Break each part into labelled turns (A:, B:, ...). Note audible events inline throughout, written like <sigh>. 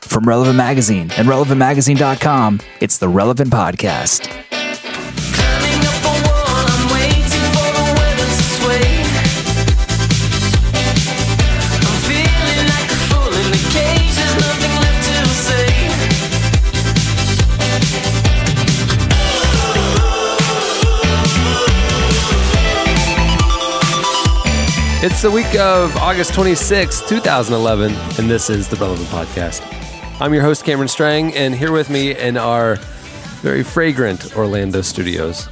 A: from Relevant Magazine and relevantmagazine.com. It's the Relevant Podcast.
B: Climbing up a wall, I'm waiting for the weather to sway. I'm feeling like a fool in a cage. There's nothing left to say.
C: It's the week of August 26th, 2011, and this is the Relevant Podcast. I'm your host, Cameron Strang, and here with me in our very fragrant Orlando studios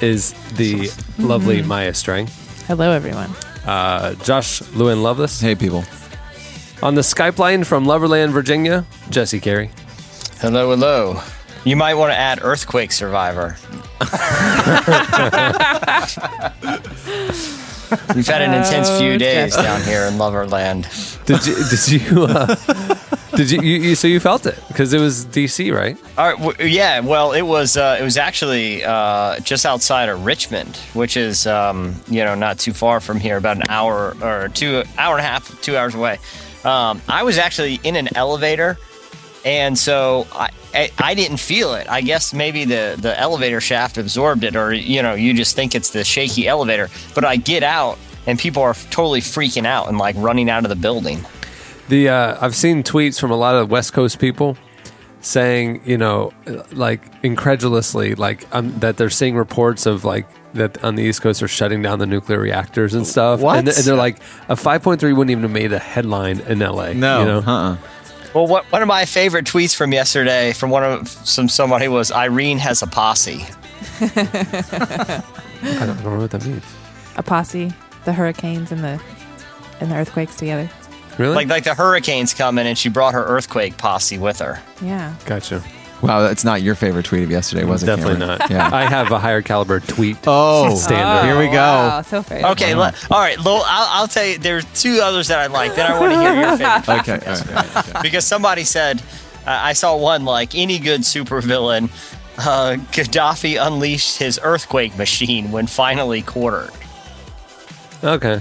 C: is the lovely Maya Strang,
D: Hello, everyone.
C: uh, Josh Lewin Lovelace.
E: Hey, people.
C: On the Skype line from Loverland, Virginia, Jesse Carey.
F: Hello, hello. You might want to add earthquake <laughs> survivor. We've had an intense few days down here in Loverland.
C: Did you, did you, uh, did you, you, you, so you felt it because it was DC, right?
F: All right, w- yeah, well, it was uh, it was actually uh, just outside of Richmond, which is um, you know not too far from here, about an hour or two hour and a half, two hours away. Um, I was actually in an elevator, and so I, I I didn't feel it. I guess maybe the the elevator shaft absorbed it, or you know you just think it's the shaky elevator. But I get out, and people are totally freaking out and like running out of the building.
C: The uh, I've seen tweets from a lot of West Coast people saying, you know, like incredulously, like um, that they're seeing reports of like that on the East Coast are shutting down the nuclear reactors and stuff.
F: What?
C: And, th- and they're like, a 5.3 wouldn't even have made a headline in LA.
E: No,
C: you know?
E: uh-uh.
F: Well, what, one of my favorite tweets from yesterday from one of some somebody was Irene has a posse.
C: I, don't, I don't know what that means.
D: A posse, the hurricanes and the and the earthquakes together.
C: Really?
F: Like like the hurricane's coming, and she brought her earthquake posse with her.
D: Yeah.
C: gotcha.
E: Wow, that's not your favorite tweet of yesterday, was it?
C: Definitely
E: Cameron?
C: not.
E: Yeah.
C: I have a higher caliber tweet.
E: oh,
C: Standard.
E: Here we go.
D: Wow, so fair.
F: Okay, le- all right. Lowell, I'll, I'll tell you. There's two others that I like that I want to hear your
D: <laughs>
F: favorite
E: Okay. all right, all right, okay.
F: because somebody said uh, I saw one like any good supervillain. Uh, Gaddafi unleashed his earthquake machine when finally quartered.
C: Okay.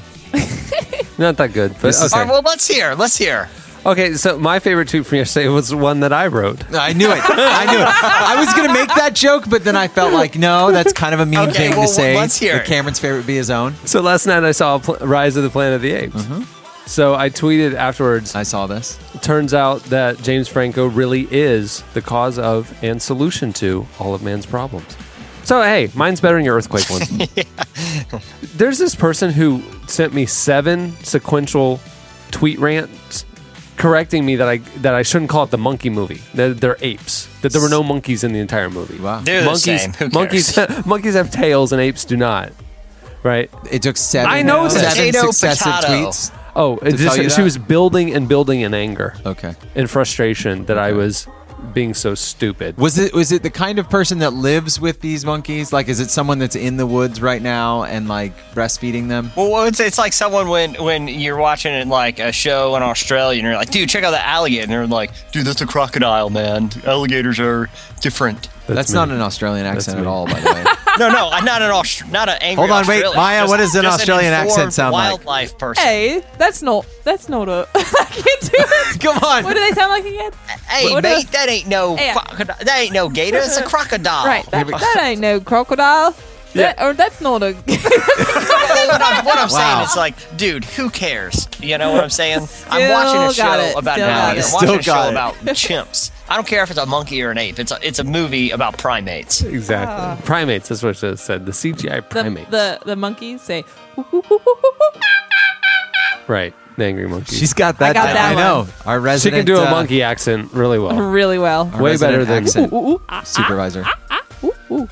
C: Not that good. But
F: All
C: okay.
F: right, well, let's hear. Let's hear.
C: okay, so my favorite tweet from yesterday was one that I wrote.
E: I knew it. I knew it. I was going to make that joke, but then I felt like, no, that's kind of a mean
F: Okay,
E: thing
F: well,
E: to say.
F: let's hear
E: That
F: it.
E: Cameron's favorite would be his own.
C: So last night I saw Pl- Rise of the Planet of the Apes. So I tweeted afterwards.
E: Mm-hmm. I saw this.
C: Turns out that James Franco really is the cause of and solution to all of man's problems. So hey, mine's better than your earthquake
E: <laughs>
C: one. <laughs> There's this person who sent me seven sequential tweet rants correcting me that I that I shouldn't call it the monkey movie. That they're apes. That there were no monkeys in the entire movie.
E: Wow.
F: They're the
C: monkeys,
F: same. Who cares?
C: monkeys, <laughs> monkeys have tails and apes do not. Right?
E: It took seven,
C: I know this.
E: seven
F: Oh, Potato,
E: successive
F: potato.
E: tweets.
C: Oh, it just,
E: tell you
C: she
E: that?
C: was building and building in anger
E: Okay.
C: and frustration that I was being so stupid.
E: Was it was it the kind of person that lives with these monkeys? Like, is it someone that's in the woods right now and like breastfeeding them?
F: Well, well, it's, it's like someone when when you're watching it like a show in Australia and you're like, dude, check out the alligator, and they're like, dude, that's a crocodile, man. Alligators are different.
E: That's,
C: me.
E: not an Australian accent
C: me.
E: at all,
C: <laughs>
E: by the way.
F: No, no, I'm not an Aust- not an angry.
E: Hold on, wait,
F: Australian,
E: Maya,
F: just-
E: what does an
F: just
E: Australian accent
F: informed
E: sound like?
F: Wildlife person. Hey,
D: Hey, that's not that's not a. I can't do it.
E: Come on.
D: What do they sound like again? what
F: mate,
D: a-
F: that ain't <laughs> no
D: Yeah.
F: crocodile. That ain't no gator.
D: <laughs>
F: It's a crocodile.
D: Right. That, that ain't no crocodile. That, or that's not a.
F: what I'm, what I'm
E: Wow.
F: saying is like, dude, who cares? You know what I'm saying? I'm watching a
D: Still got
F: show
D: it,
F: about
D: still got
F: an alligator.
D: it.
F: I'm watching
E: Still
F: a show
E: got it.
F: about chimps. I don't care if it's a monkey or an ape. It's a, it's a movie about primates.
C: Exactly. Ah. Primates, that's what it said. The CGI
D: The,
C: primates.
D: the the monkeys say.
C: right. The angry monkey.
E: She's got that.
D: I got
E: down.
D: that
E: I know. Our
C: she
E: resident
C: can do a
E: uh,
C: monkey accent really
D: <laughs>
C: well.
D: Ah. really well.
E: our
C: Way
E: resident
C: better than-
E: accent
D: Ooh, ooh, ooh,
C: <laughs>
D: ah,
E: supervisor.
D: ooh, ooh.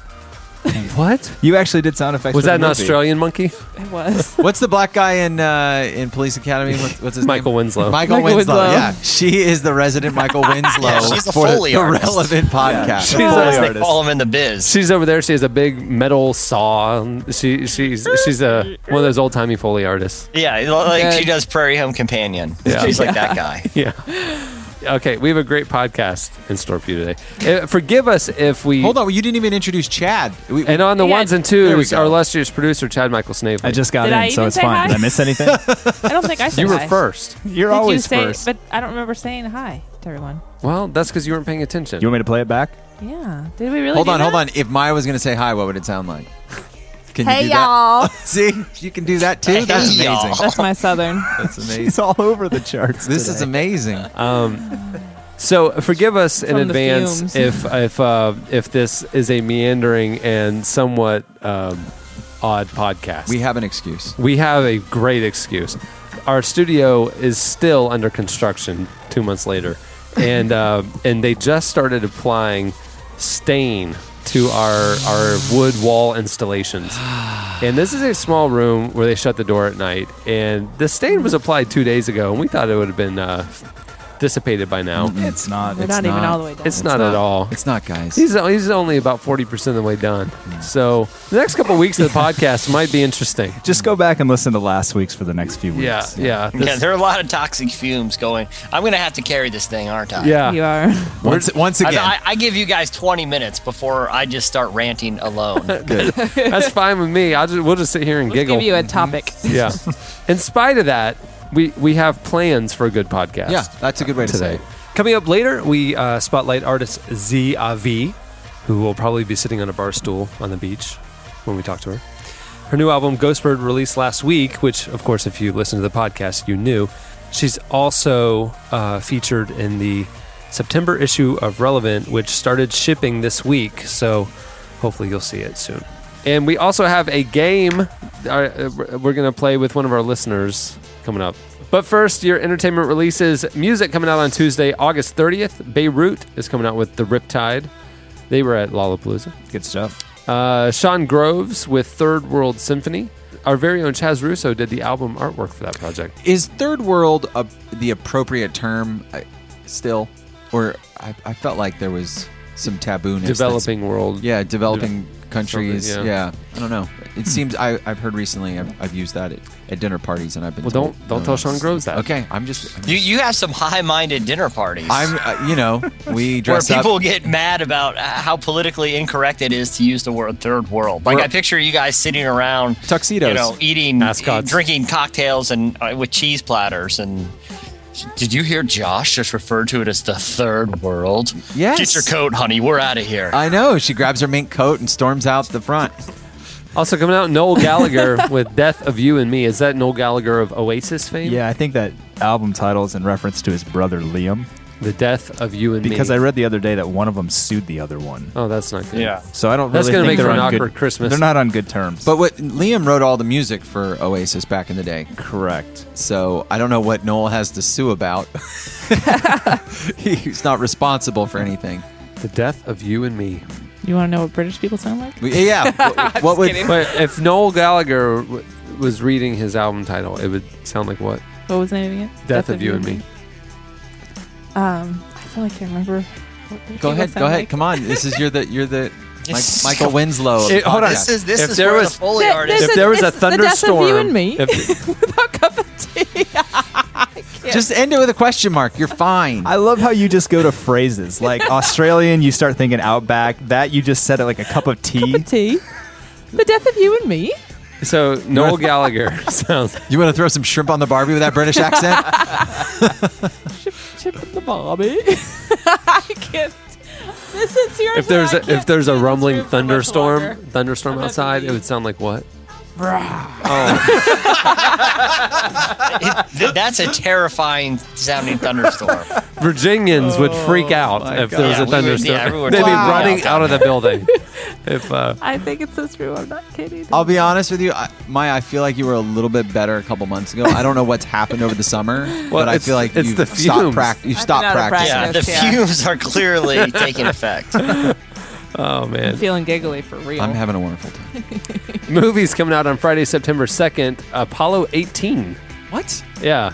D: <laughs>
C: What?
E: You actually did sound effects.
C: Was
E: for the
C: that an
E: movie.
C: Australian monkey?
D: It was.
E: <laughs> What's the black guy in uh, in Police Academy? What- What's his
C: Michael
E: name?
C: Winslow.
E: Michael,
D: Michael
E: Winslow.
D: Winslow.
E: Yeah, she is the resident
G: <laughs>
E: Michael Winslow
F: Yeah, she's a
E: for the,
F: Foley
E: the
F: artist.
E: relevant podcast.
C: She's
F: Or as
C: a,
F: they call them in the biz.
C: She's over there. She has a big metal saw. She she's she's a one of those old timey
F: <laughs>
C: foley artists.
F: Yeah, like
D: Good.
F: she does Prairie Home Companion.
C: Yeah.
F: She's like that guy.
C: Yeah. Okay, we have a great podcast in store for you today. Uh, forgive us if we
E: Hold on, you didn't even introduce Chad. We,
C: And on the
D: Yeah.
C: ones and
E: There we
C: twos,
E: go.
C: our illustrious producer Chad Michael Snavely.
G: I just got
D: Did
G: in,
D: I
G: so
D: even
G: it's
D: say
G: fine.
D: hi?
G: Did I miss anything?
D: <laughs> I don't think I said
C: you were
D: hi.
C: first.
G: You're
D: Did
G: always
D: you say,
G: first.
D: But I don't remember saying hi. to everyone.
C: Well, that's because you weren't paying attention.
G: You want me to play it back?
D: Yeah. Did we really?
E: Hold
D: do
E: on,
D: that?
E: hold on. If Maya was going to say hi, what would it sound like? Can
D: Hey,
E: you do that?
D: y'all.
E: <laughs> See, you can do that too. That's
F: Hey, y'all. <laughs>
E: amazing.
D: <laughs> That's my southern.
E: That's amazing.
G: He's all over the charts.
E: <laughs> This is
G: today.
E: amazing.
C: Um, So forgive us in
D: From the
C: advance
D: fumes.
C: if if uh, if this is a meandering and somewhat um, odd podcast.
E: We have an excuse.
C: we have a great excuse. Our studio is still under construction. Two months
E: <laughs>
C: later, and uh, and they just started applying stain to our our wood wall
E: <sighs>
C: installations. And this is a small room where they shut the door at night. And the stain was applied two days ago, and we thought it would have been uh, dissipated by now.
G: It's not.
D: We're not, even
E: not.
D: all the way down.
C: It's not, at all.
E: It's not, guys.
C: He's, uh, he's only about 40% of the way done.
G: Hmm.
C: So the next couple weeks of the podcast might be interesting.
G: Just go back and listen to last week's for the next few weeks.
C: Yeah, yeah. This-
F: yeah, there are a lot of toxic fumes going. I'm going to have to carry this thing, aren't I?
C: yeah.
D: You are.
E: once, once
F: I,
E: again,
F: I, I give you guys 20 minutes before I just start ranting alone.
C: <laughs> That's fine with me. I'll just, we'll just sit here and giggle.
D: Give you a topic.
C: <laughs> yeah. In spite of that, we, we have plans for a good podcast.
E: yeah, that's a good way to say.
C: today.
E: it.
C: Coming up later, we uh, spotlight artist Zav, who will probably be sitting on a bar stool on the beach when we talk to her. Her new album, Ghostbird, released last week, which, of course, if you listen to the podcast, you knew. She's also uh, featured in the September issue of Relevant, which started shipping this week. So hopefully you'll see it soon. And we also have a game uh, we're going to play with one of our listeners coming up. But first, your entertainment releases music coming out on Tuesday, August 30th. Beirut is coming out with The Riptide. They were at Lollapalooza.
G: Good stuff.
C: Uh, Sean Groves with Third World Symphony. Our very own Chaz Russo did the album artwork for that project.
E: Is third world a, the appropriate term uh, still, or I, I felt like there was some taboo
C: Developing World.
E: Yeah, developing countries.
C: yeah.
E: Yeah. I don't know. It seems I, I've heard recently. I've, I've used that at, at dinner parties, and I've been
C: Well,
E: told,
C: don't- don't tell Sean Groves that.
E: Okay, I'm just. I'm,
F: you, you have some high minded dinner parties.
E: I'm, uh,
C: <laughs>
E: you know, we
F: where
E: dress
F: people
E: up.
F: get mad about uh, how politically incorrect it is to use the word third world. Like, I picture you guys sitting around
E: Tuxedos.
F: you know, eating,
C: Ascots.
F: drinking cocktails and uh, with cheese platters. And did you hear Josh just referred to it as the third world?
E: Yes.
F: Get your coat, honey. We're out of
E: <laughs>
F: here.
E: I know. She grabs her mink coat and storms out the front.
C: Also coming out, Noel Gallagher
G: <laughs>
C: with Death of You and Me. Is that Noel Gallagher of Oasis fame?
G: Yeah, I think that album title is in reference to his brother Liam
C: The Death of You and Me.
G: because I read the other day that one of them sued the other one.
C: Oh, that's not good.
F: yeah.
G: So I don't
C: That's
G: really
C: gonna
G: think
C: make
G: they're
C: for an
G: on good-
C: awkward Christmas.
G: They're not on good terms.
E: But what Liam wrote all the music for Oasis back in the day.
G: correct.
E: So I don't know what Noel has to
C: <laughs>
E: sue about. <laughs> He's not responsible for anything.
C: The Death of You and Me.
D: You want to know what British people sound like?
C: <laughs>
E: We, yeah. What, what would
C: But if Noel Gallagher w- was reading his album title, it would sound like what?
D: What was the name again?
C: Death, of, You and Me.
D: Um, I feel like I remember. what British
E: Go
D: people
E: ahead,
D: sound
E: go ahead.
D: like.
E: Come on, this is you're the you're the
F: <laughs>
E: Mike,
F: This-
E: Michael Winslow. of
C: It- hold on.
E: podcasts.
F: This is this
C: If
F: is
C: there
F: where
C: was-
F: the Foley
D: Th-
F: artist.
D: this
C: If
D: is-
C: there was a
D: it's the Death of
C: thunderstorm,
D: You and <laughs> Me.
C: if-
D: Without cup of tea. <laughs>
E: just end it with a question mark. You're fine.
G: I love how you just go to phrases
D: <laughs>
G: like Australian. You start thinking Outback. That you just said it like a cup of tea.
D: Cup of tea. <laughs> The death of you and me.
C: so Noel
F: <laughs>
C: Gallagher sounds.
E: you want to throw some shrimp on the Barbie with that British accent?
D: <laughs> Chip and the Bobby. <laughs> I can't. This is yours.
C: If there's
D: I
C: a, if
D: can't
C: there's
D: stay
C: a
D: in this
C: rumbling
D: room for much
C: thunderstorm,
D: longer.
C: thunderstorm
D: gonna
C: outside, it
D: leave.
C: would sound like what?
F: Oh.
C: Oh,
F: Th- That's a terrifying sounding thunderstorm.
C: Virginians would freak out if there was
F: Yeah, we would-
C: a
F: yeah,
C: thunderstorm.
F: everyone would
C: They'd
F: freak out
C: be running
F: down
C: out of the building. if uh,
D: I think it's this room. I'm not kidding.
E: I'll be honest with you, I, Maya. I feel like you were a little bit better a couple months ago. I don't know what's happened over the
D: <laughs>
E: summer, but I
C: it's-
E: feel like
C: it's
E: you've
C: the fumes.
E: stopped, prac- you've
D: I've
E: stopped
D: been out of
E: practicing.
F: Yeah, the
D: Yes, yeah.
F: fumes are clearly taking effect.
C: <laughs> oh man,
D: feeling giggly for real.
E: I'm having a wonderful
C: <laughs>
E: time.
C: movies coming out on Friday, September second. Apollo 18.
E: <laughs> What?
C: Yeah,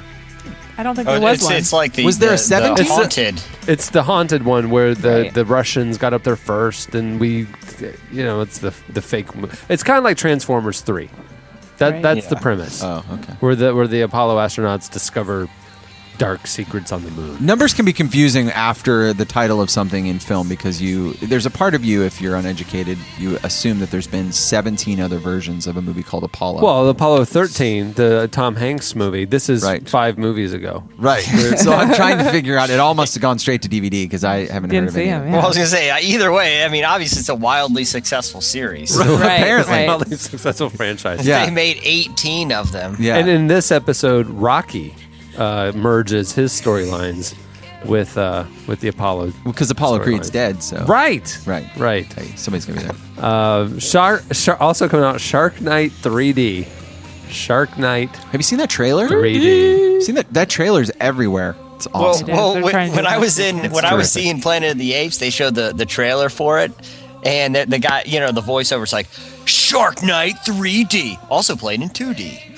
D: I don't think
F: Oh,
D: there was
F: it's,
D: one.
F: it's like the
E: Was there a
F: the- the
E: 17? It's a-
F: haunted?
C: it's the haunted one where the,
D: Right.
C: the Russians got up there first, and we, you know, it's the the fake. mo- It's kind of like Transformers Three. That
D: Right.
C: that's the
F: Yeah.
C: premise.
E: Oh, okay.
C: where the where the Apollo astronauts discover dark secrets on the moon.
E: Numbers can be confusing after the title of something in film because you there's a part of you if you're uneducated you assume that there's been 17 other versions of a movie called Apollo.
C: Well, Apollo 13, the Tom Hanks movie, this is
E: Right.
C: five movies ago.
E: right. <laughs> so I'm trying to figure out. It all must have gone straight to DVD because I haven't
D: Didn't
E: heard of
D: see
E: it.
D: him.
F: Well, I
D: Yeah.
F: was gonna say uh, either way. I mean, obviously, it's a wildly successful series.
D: Right,
E: apparently.
D: right.
C: Highly successful franchise.
E: Yeah.
F: They made 18 of them.
E: Yeah.
C: And in this episode, Rocky uh, merges his storylines with uh, with the Apollo.
E: because Apollo
C: storyline.
E: Creed's dead, so
C: Right.
E: Right.
C: Right.
E: Hey, somebody's gonna be there.
C: Shark, Shark also coming out Shark Night 3D. Shark Night
E: Have you seen that trailer?
D: <laughs>
C: 3D.
E: Seen that that trailer's everywhere. It's
F: Well,
E: awesome.
D: Yeah,
F: well
D: they're
F: when,
D: trying to
F: when
D: do
F: I
D: that.
F: was in when
D: It's
F: I was
C: terrific.
F: seeing Planet of the Apes, they showed the the trailer for it, and the, the guy, you know, the voiceover's like Shark Night 3D, also played in 2D.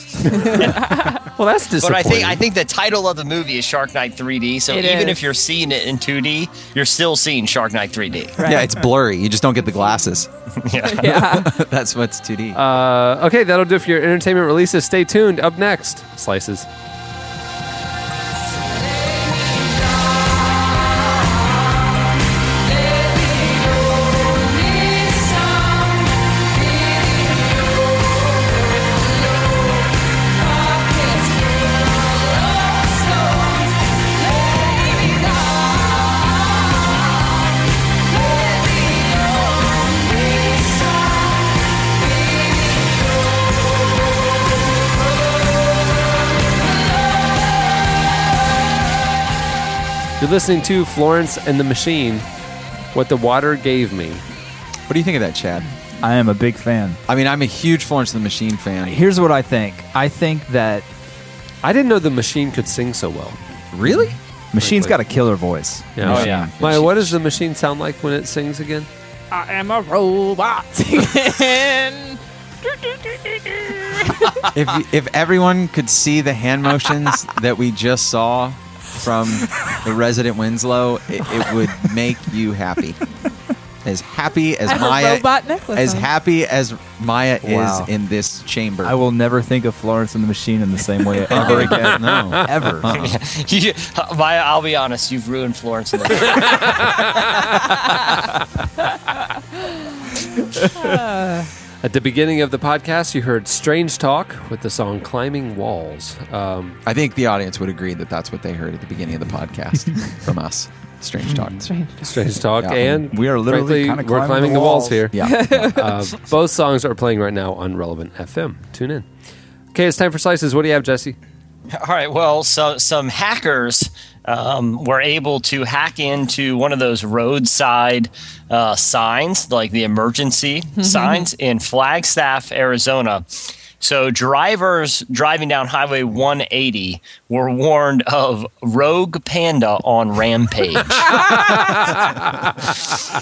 C: Well, that's
F: But I
C: disappointing.
F: think I think the title of the movie is Shark Night 3D. So
D: It
F: even
D: is.
F: if you're seeing it in 2D, you're still seeing Shark Night 3D.
E: Yeah, it's blurry. You just don't get
G: <laughs>
E: the glasses. <laughs>
D: yeah.
E: That's what's 2D.
C: Uh, okay, that'll do it for your entertainment releases. Stay tuned. Up next, Slices. You're listening to Florence and the Machine, What the Water Gave Me.
E: what do you think of that, Chad?
G: I am a big fan.
E: I mean, I'm a huge Florence and the Machine fan.
G: Here's what I think. I think that
C: I didn't know the machine could sing so well.
E: Really?
G: Machine's got a killer voice.
C: Yeah.
F: Oh, yeah.
C: Maya, what does the machine sound like when it sings again?
D: I am a <laughs> robot.
E: if if everyone could see the hand motions that we just saw from the resident Winslow, it, it would make you happy. As happy as
D: have a
E: Maya,
D: robot necklace
E: as
D: on.
E: happy as Maya
G: Wow.
E: is in this chamber.
G: I will never think of Florence and the Machine in the same way <laughs>
E: <laughs>
G: ever again.
E: no. Uh-uh.
G: Ever.
F: <laughs> You- Maya, I'll be honest, you've ruined Florence. and the-
C: At the beginning of the podcast, you heard Strange Talk with the song Climbing Walls. Um,
E: I think the audience would agree that that's what they heard at the beginning of the podcast from us. Strange talk.
C: Strange Talk,
E: Yeah.
C: and
G: We are literally kinda
C: frankly, we're
G: climbing
C: climbing
G: the
C: the walls,
G: walls.
C: here. <laughs>
E: Yeah.
G: <laughs>
C: Uh, both songs are playing right now on Relevant FM. Tune in. Okay, it's time for Slices. What do you have, Jesse?
F: All right. Well, so some hackers um, were able to hack into one of those roadside uh, signs, like the emergency signs in Flagstaff, Arizona. So drivers driving down Highway 180 were warned of rogue panda on rampage.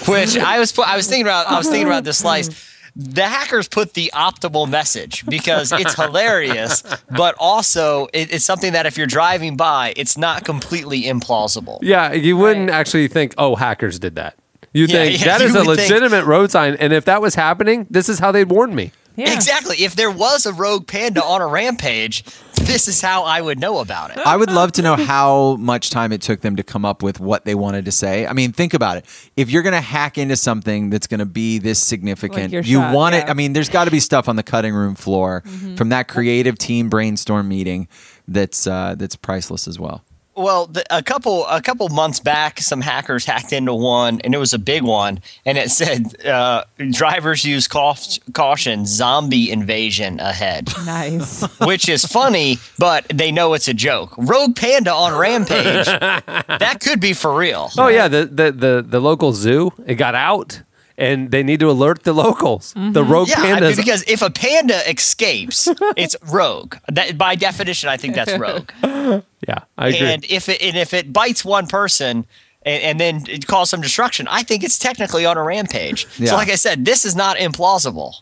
F: Which I was I was thinking about I was thinking about this slice. The hackers put the optimal message because it's
D: <laughs>
F: hilarious, but also it, it's something that if you're driving by, it's not completely implausible.
C: Yeah, you wouldn't actually think, oh, hackers did that. You
F: Yeah,
C: think
F: yeah,
C: that
F: you
C: is a
F: would think-
C: legitimate road sign, and if that was happening, this is how they'd warn me.
D: Yeah.
F: Exactly. If there was a rogue panda on a rampage, this is how I would know about it.
E: I would love to know how much time it took them to come up with what they wanted to say. I mean, think about it. If you're going to hack into something that's going to be this significant,
D: Like your
E: you
D: shot,
E: want it.
D: yeah. Mm-hmm.
E: I mean, there's got to be stuff on the cutting room floor from that creative team brainstorm meeting that's uh, that's priceless as well.
F: Well, the, a couple a couple months back, some hackers hacked into one, and it was a big one. And it said, uh, "Drivers use cauf- caution: zombie invasion ahead,"
D: Nice.
F: which is funny, but they know it's a joke. Rogue panda on rampage.
D: <laughs>
F: that could be for real.
C: Oh yeah, the, the the the local zoo it got out, and they need to alert the locals.
D: Mm-hmm.
C: The rogue
F: Yeah, I mean,
C: pandas.
F: because if a panda
C: <laughs>
F: escapes, it's rogue. That, by definition, I think that's rogue.
C: yeah, <laughs> I agree.
F: And if it and if it bites one person and, and then it causes some destruction, I think it's technically on a rampage.
E: Yeah.
F: So, like I said, this is not implausible.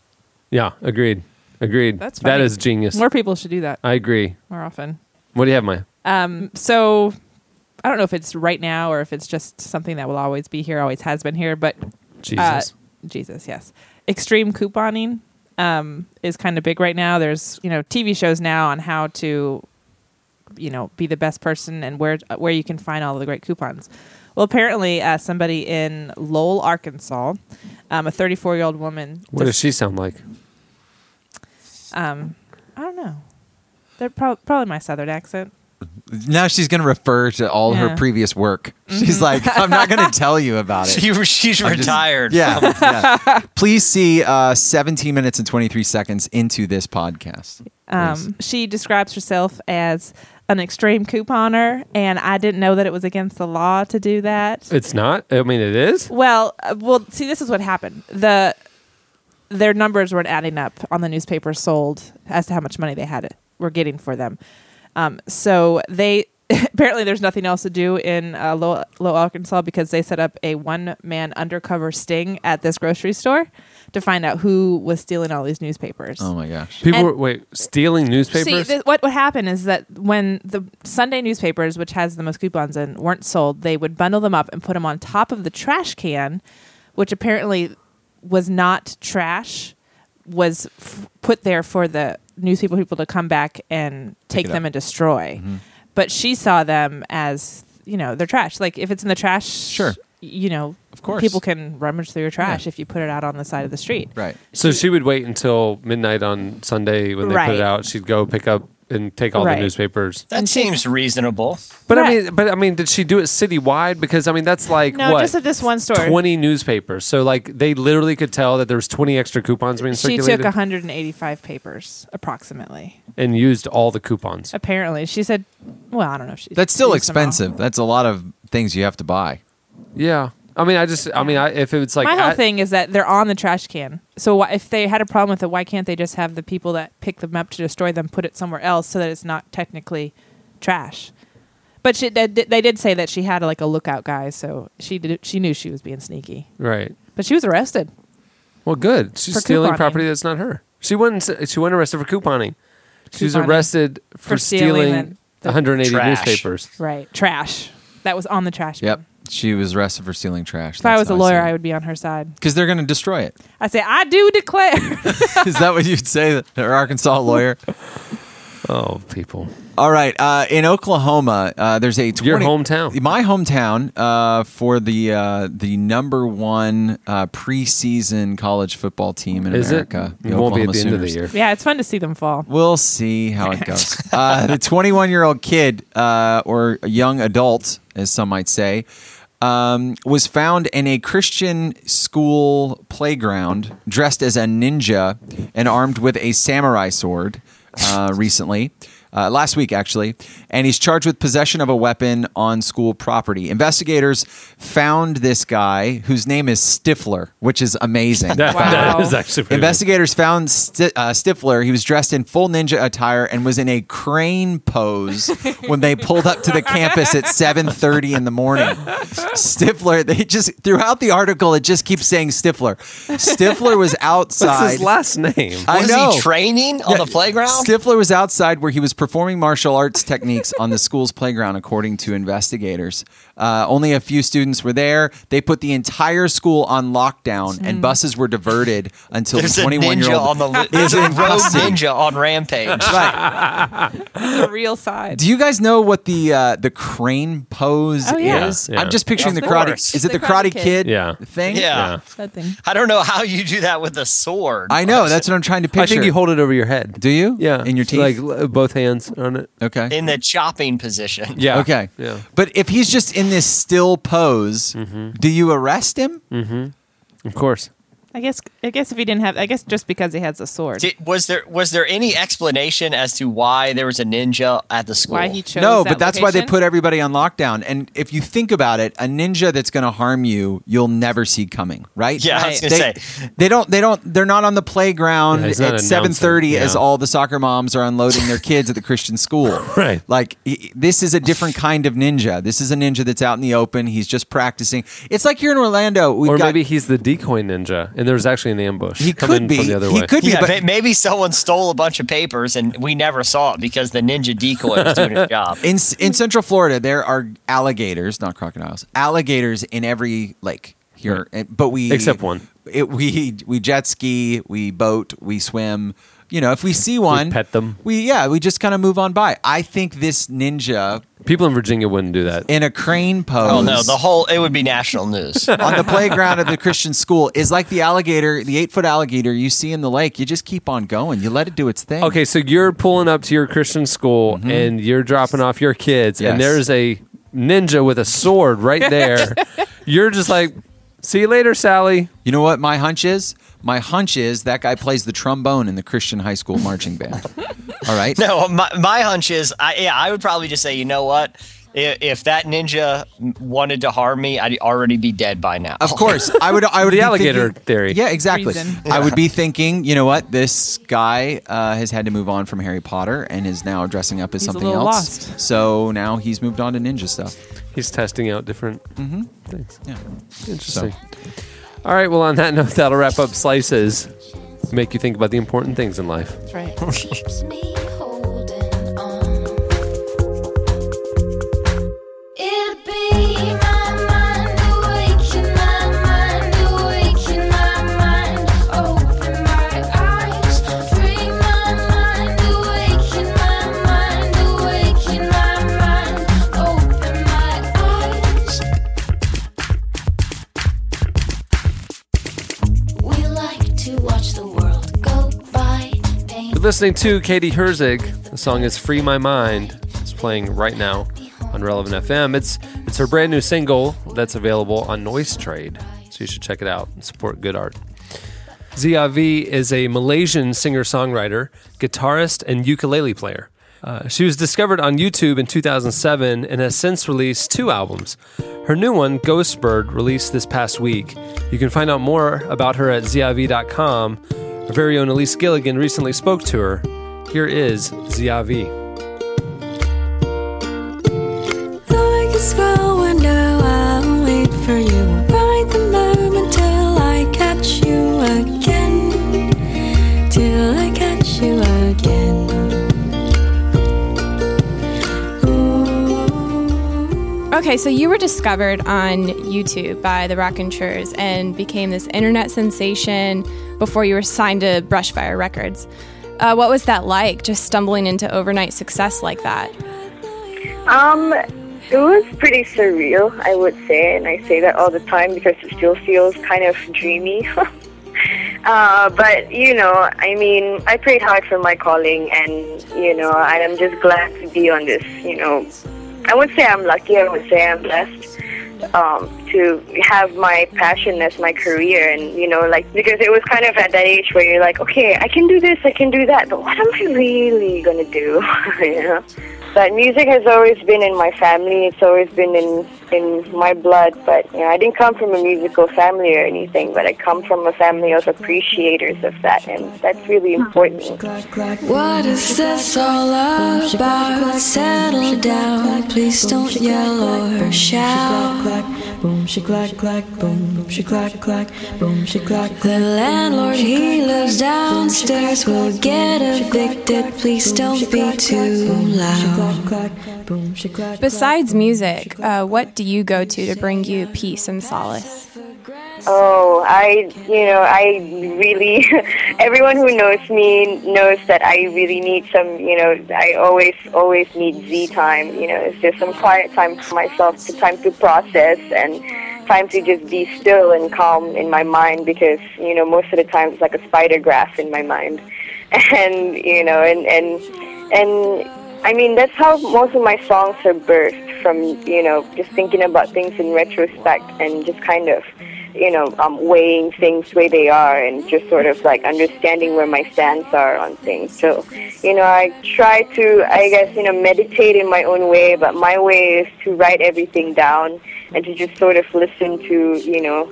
C: yeah, agreed, agreed.
D: That's
C: that
D: funny.
C: is genius.
D: More people should do that
C: I agree.
D: more often.
C: What do you have, Maya?
D: Um, So I don't know if it's right now or if it's just something that will always be here, always has been here, but uh,
C: Jesus.
D: Jesus, yes. Extreme couponing um, is kind of big right now. There's, you know, TV shows now on how to you know be the best person and where uh, where you can find all of the great coupons. Well, apparently, uh, somebody in Lowell, Arkansas, um, a 34 year old woman.
C: What does she sound like?
D: um, I don't know. They're prob- probably my southern accent.
E: Now she's going to refer to all
D: Yeah. Mm-hmm.
E: her previous work. She's like, I'm
D: <laughs>
E: not going to tell you about it.
F: She, she's
E: I'm just-
F: retired. <laughs>
E: yeah, yeah. Please see uh, 17 minutes and 23 seconds into this podcast.
D: Um, she describes herself as an extreme couponer, and I didn't know that it was against the law to do that.
C: It's not. I mean, it is.
D: Well, uh, well, see, this is what happened. The their numbers weren't adding up on the newspaper sold as to how much money they had were getting for them. Um, so they <laughs> apparently there's nothing else to do in uh, Low, Low Arkansas because they set up a one man undercover sting at this grocery store to find out who was stealing all these newspapers.
E: Oh my gosh.
C: People
D: And-
C: were wait stealing newspapers.
D: See, th- what would happen is that when the Sunday newspapers, which has the most coupons in, weren't sold, they would bundle them up and put them on top of the trash can, which apparently was not trash, was f- put there for the newspaper people to come back and take
E: it
D: them
E: up. Mm-hmm.
D: and destroy. But she saw them as you know they're trash. Like if it's in the trash,
E: Sure.
D: you know, of
E: course.
D: people can rummage through your trash if you put it out on the side of the street.
E: Right.
C: so she would wait until midnight on Sunday when they put
D: Right.
C: it out. She'd go pick up and take all
D: Right.
C: the newspapers.
F: That seems reasonable.
C: But I
D: Right.
C: mean, but I mean, did she do it citywide? Because I mean, that's like
D: No,
C: what
D: just at this one store.
C: twenty newspapers. So like, they literally could tell that there was twenty extra coupons being
D: She
C: circulated
D: took 185 papers approximately.
C: and used all the coupons.
D: Apparently, she said, "Well, I don't know if she."
E: That's still
D: used them all.
E: expensive. That's a lot of things you have to buy.
C: Yeah, I mean, I just, I mean, I, if it's like
D: My whole
C: I-
D: thing is that they're on the trash can. So why, if they had a problem with it, why can't they just have the people that pick them up to destroy them put it somewhere else so that it's not technically trash? But she, they, did- they did say that she had like a lookout guy, so she did. She knew she was being sneaky,
C: right?
D: but she was arrested.
C: Well, good. She's
D: For
C: stealing
D: couponing.
C: property that's not her. She wasn't. She wasn't arrested for couponing. She was
D: Couponing.
C: arrested for,
D: For stealing
C: stealing,
D: the- the
C: 180
F: Trash.
C: newspapers.
D: Right, trash. That was on the trash.
E: Yep.
D: bin.
E: She was arrested for stealing trash.
D: If I was a lawyer, I would be on her side.
E: Because they're going to destroy
D: <laughs>
E: it.
D: I say, I do declare. <laughs>
E: Is that what you'd say, that- an Arkansas lawyer?
C: Oh, people!
E: All right. Uh, in Oklahoma, uh, there's a 20,
C: Your hometown.
E: my hometown, uh, for the uh, the number one uh, preseason college football team in
C: Is it?
E: America.
C: It won't be at
E: Oklahoma
C: the end of the
E: Sooners.
C: year.
D: yeah, it's fun to see them fall.
E: We'll see how it goes. uh, the 21 year old kid, uh, or a young adult, as some might say, um, was found in a Christian school playground dressed as a ninja and armed with a samurai sword <laughs> uh, recently. Uh, last week, actually, and he's charged with possession of a weapon on school property. Investigators found this guy whose name is Stifler, which is amazing.
C: That,
D: Wow.
C: that is actually pretty good.
E: Investigators found Sti uh, Stifler. He was dressed in full ninja attire and was in a crane pose when they pulled up to the campus at 7:30 in the morning. Stifler, they just throughout the article, it just keeps saying Stifler.
F: <laughs>
E: Stifler was outside.
C: What's his last name?
E: I
F: Was
E: know.
F: he training on the playground?
E: Stifler was outside where he was performing martial arts techniques on the school's playground, according to investigators. Uh, only a few students were there. They put the entire school on lockdown,
D: Hmm.
E: and buses were diverted until
F: There's
E: the
F: a
E: 21 year
F: ninja
E: old
F: on the
C: <laughs>
F: li- there's a <laughs> rogue
E: custody.
F: ninja on rampage.
E: Right.
D: It's a real side.
E: Do you guys know what the uh, the crane pose
D: Oh, yeah.
E: is?
C: Yeah.
E: I'm just picturing
F: Of
E: the karate.
F: course.
E: Is it the,
D: The
E: Karate,
D: Karate
E: Kid,
D: Kid.
C: Yeah.
E: thing?
F: Yeah.
D: That thing.
F: I don't know how you do that with a sword.
E: I know. That's what I'm trying to picture.
C: I think you hold it over your head.
E: Do you?
C: Yeah,
E: In your teeth.
C: like l- both hands on it.
E: okay.
F: in the chopping position.
C: Yeah.
E: Okay.
C: Yeah. Mm-hmm.
E: But if he's just in this still pose, do you arrest him?
C: Of course.
D: I guess I guess if he didn't have I guess just because he has a sword.
F: Did, was there was there any explanation as to why there was a ninja at the school?
D: why he chose
E: No,
D: that
E: but that's why they
D: location?
E: put everybody on lockdown. And if you think about it, a ninja that's going to harm you, you'll never see coming, right?
F: Yeah, I was
E: they,
F: gonna say.
E: they don't. They don't. They're not on the playground
C: Yeah, he's not
E: at seven thirty
C: announcing,
E: as
C: yeah.
E: all the soccer moms are unloading their kids at the Christian school.
C: <laughs> Right.
E: Like he- this is a different kind of ninja. This is a ninja that's out in the open. He's just practicing. It's like here in Orlando. We've
C: or
E: got,
C: maybe he's the decoy ninja, and there was actually an ambush.
E: he
C: coming
E: could be.
C: from the other
E: he
C: way.
E: could be.
F: Yeah,
E: but
F: may- maybe someone stole a bunch of papers and we never saw it because the ninja decoy was doing his job.
E: <laughs> In in Central Florida, there are alligators, not crocodiles, alligators in every lake here. And- But we
C: Except one.
E: It, we we jet ski, we boat, we swim. you know, if we see one,
C: pet them.
E: We yeah, we just kind of move on by. I think this ninja
C: People in Virginia wouldn't do that.
E: in a crane pose.
F: Oh no, the whole it would be national news.
E: <laughs> on the playground of the Christian school is like the alligator, the eight foot alligator you see in the lake. You just keep on going. You let it do its thing. Mm-hmm.
C: Okay, so you're pulling up to your Christian school and you're dropping off your kids, and
E: Yes.
C: there's a ninja with a sword
D: <laughs>
C: right there. you're just like, see you later, Sally.
E: You know what my hunch is? My hunch is that guy plays the trombone in the Christian high school marching
C: <laughs>
E: band. All right.
F: <laughs> No, my, my hunch is, I yeah, I would probably just say, you know what, if, if that ninja wanted to harm me, I'd already be dead by now.
E: Of course, I would.
C: <laughs>
E: I would
C: The
E: be
C: alligator
E: thinking-
C: theory.
E: Yeah, exactly.
D: Reason.
E: I would be thinking, you know what? This guy uh, has had to move on from Harry Potter and is now dressing up as
D: He's a
E: something else.
D: little lost.
E: So now he's moved on to ninja stuff.
C: He's testing out different things.
E: Yeah.
C: Interesting. All right, well, on that <laughs> note, that'll wrap up Slices. Make you think about the important things in life.
D: That's right.
H: <laughs> keeps me holding on. It'll be my mind awaken, my mind awaken, my mind open my eyes, free my mind awaken, my mind awaken, my mind open my eyes. We like to watch the world go by. Paint
C: You're listening to Katie Herzig. The song is Free My Mind. It's playing right now on Relevant FM. It's it's her brand new single that's available on Noise Trade. So you should check it out and support good art. Ziavi is a Malaysian singer songwriter, guitarist, and ukulele player. Uh, she was discovered on YouTube in 2007 and has since released two albums. Her new one, Ghost Bird, released this past week. You can find out more about her at ziavi.com. Our very own Elise Gilligan recently spoke to her. Here is Ziavi.
I: Like a small window, I'll wait for you right the moment till I catch you again. Till I catch you again.
J: Okay, so you were discovered on YouTube by the Rockenchers and became this internet sensation before you were signed to Brushfire Records. Uh, what was that like, just stumbling into overnight success like that?
K: Um, it was pretty surreal, I would say, and I say that all the time because it still feels kind of dreamy. <laughs> uh, but you know, I mean, I prayed hard for my calling, and you know, and I'm just glad to be on this. You know, I would say I'm lucky. I would say I'm blessed um, to have my passion as my career, and you know, like because it was kind of at that age where you're like, okay, I can do this, I can do that, but what am I really gonna do? <laughs> you know, but music has always been in my family. It's always been in in my blood. But you know, I didn't come from a musical family or anything, but I come from a family of appreciators of that, and that's really important.
I: What is this all about? Settle down, please don't yell or shout. Boom, she clack, clack, boom, boom, she clack, clack, boom, she clack. The landlord, he lives downstairs, will get evicted. Please don't be too loud. Boom, she clack.
J: Besides music, uh, what do you go to to bring you peace and solace?
K: Oh, I, you know, I really, <laughs> everyone who knows me knows that I really need some, you know, I always, always need Z time. You know, it's just some quiet time for myself, to time to process and time to just be still and calm in my mind because, you know, most of the time it's like a spider graph in my mind. And, you know, and, and, and, I mean, that's how most of my songs are birthed from, you know, just thinking about things in retrospect and just kind of, you know, um, weighing things where they are and just sort of like understanding where my stance are on things. So, you know, I try to, I guess, you know, meditate in my own way, but my way is to write everything down and to just sort of listen to, you know,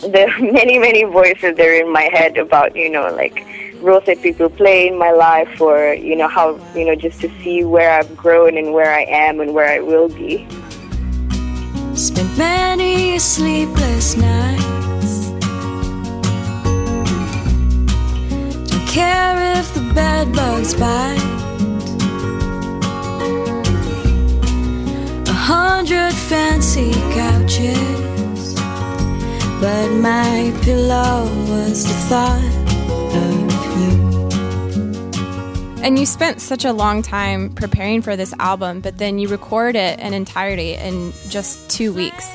K: the <laughs> many many voices that are in my head about you know like roles that people play in my life or you know how you know just to see where i've grown and where i am and where i will be
I: Spent many sleepless nights. Don't care if the bed bugs bite. A hundred fancy couches, but my pillow was the thought of you.
J: and you spent such a long time preparing for this album, but then you record it in entirety in just two weeks.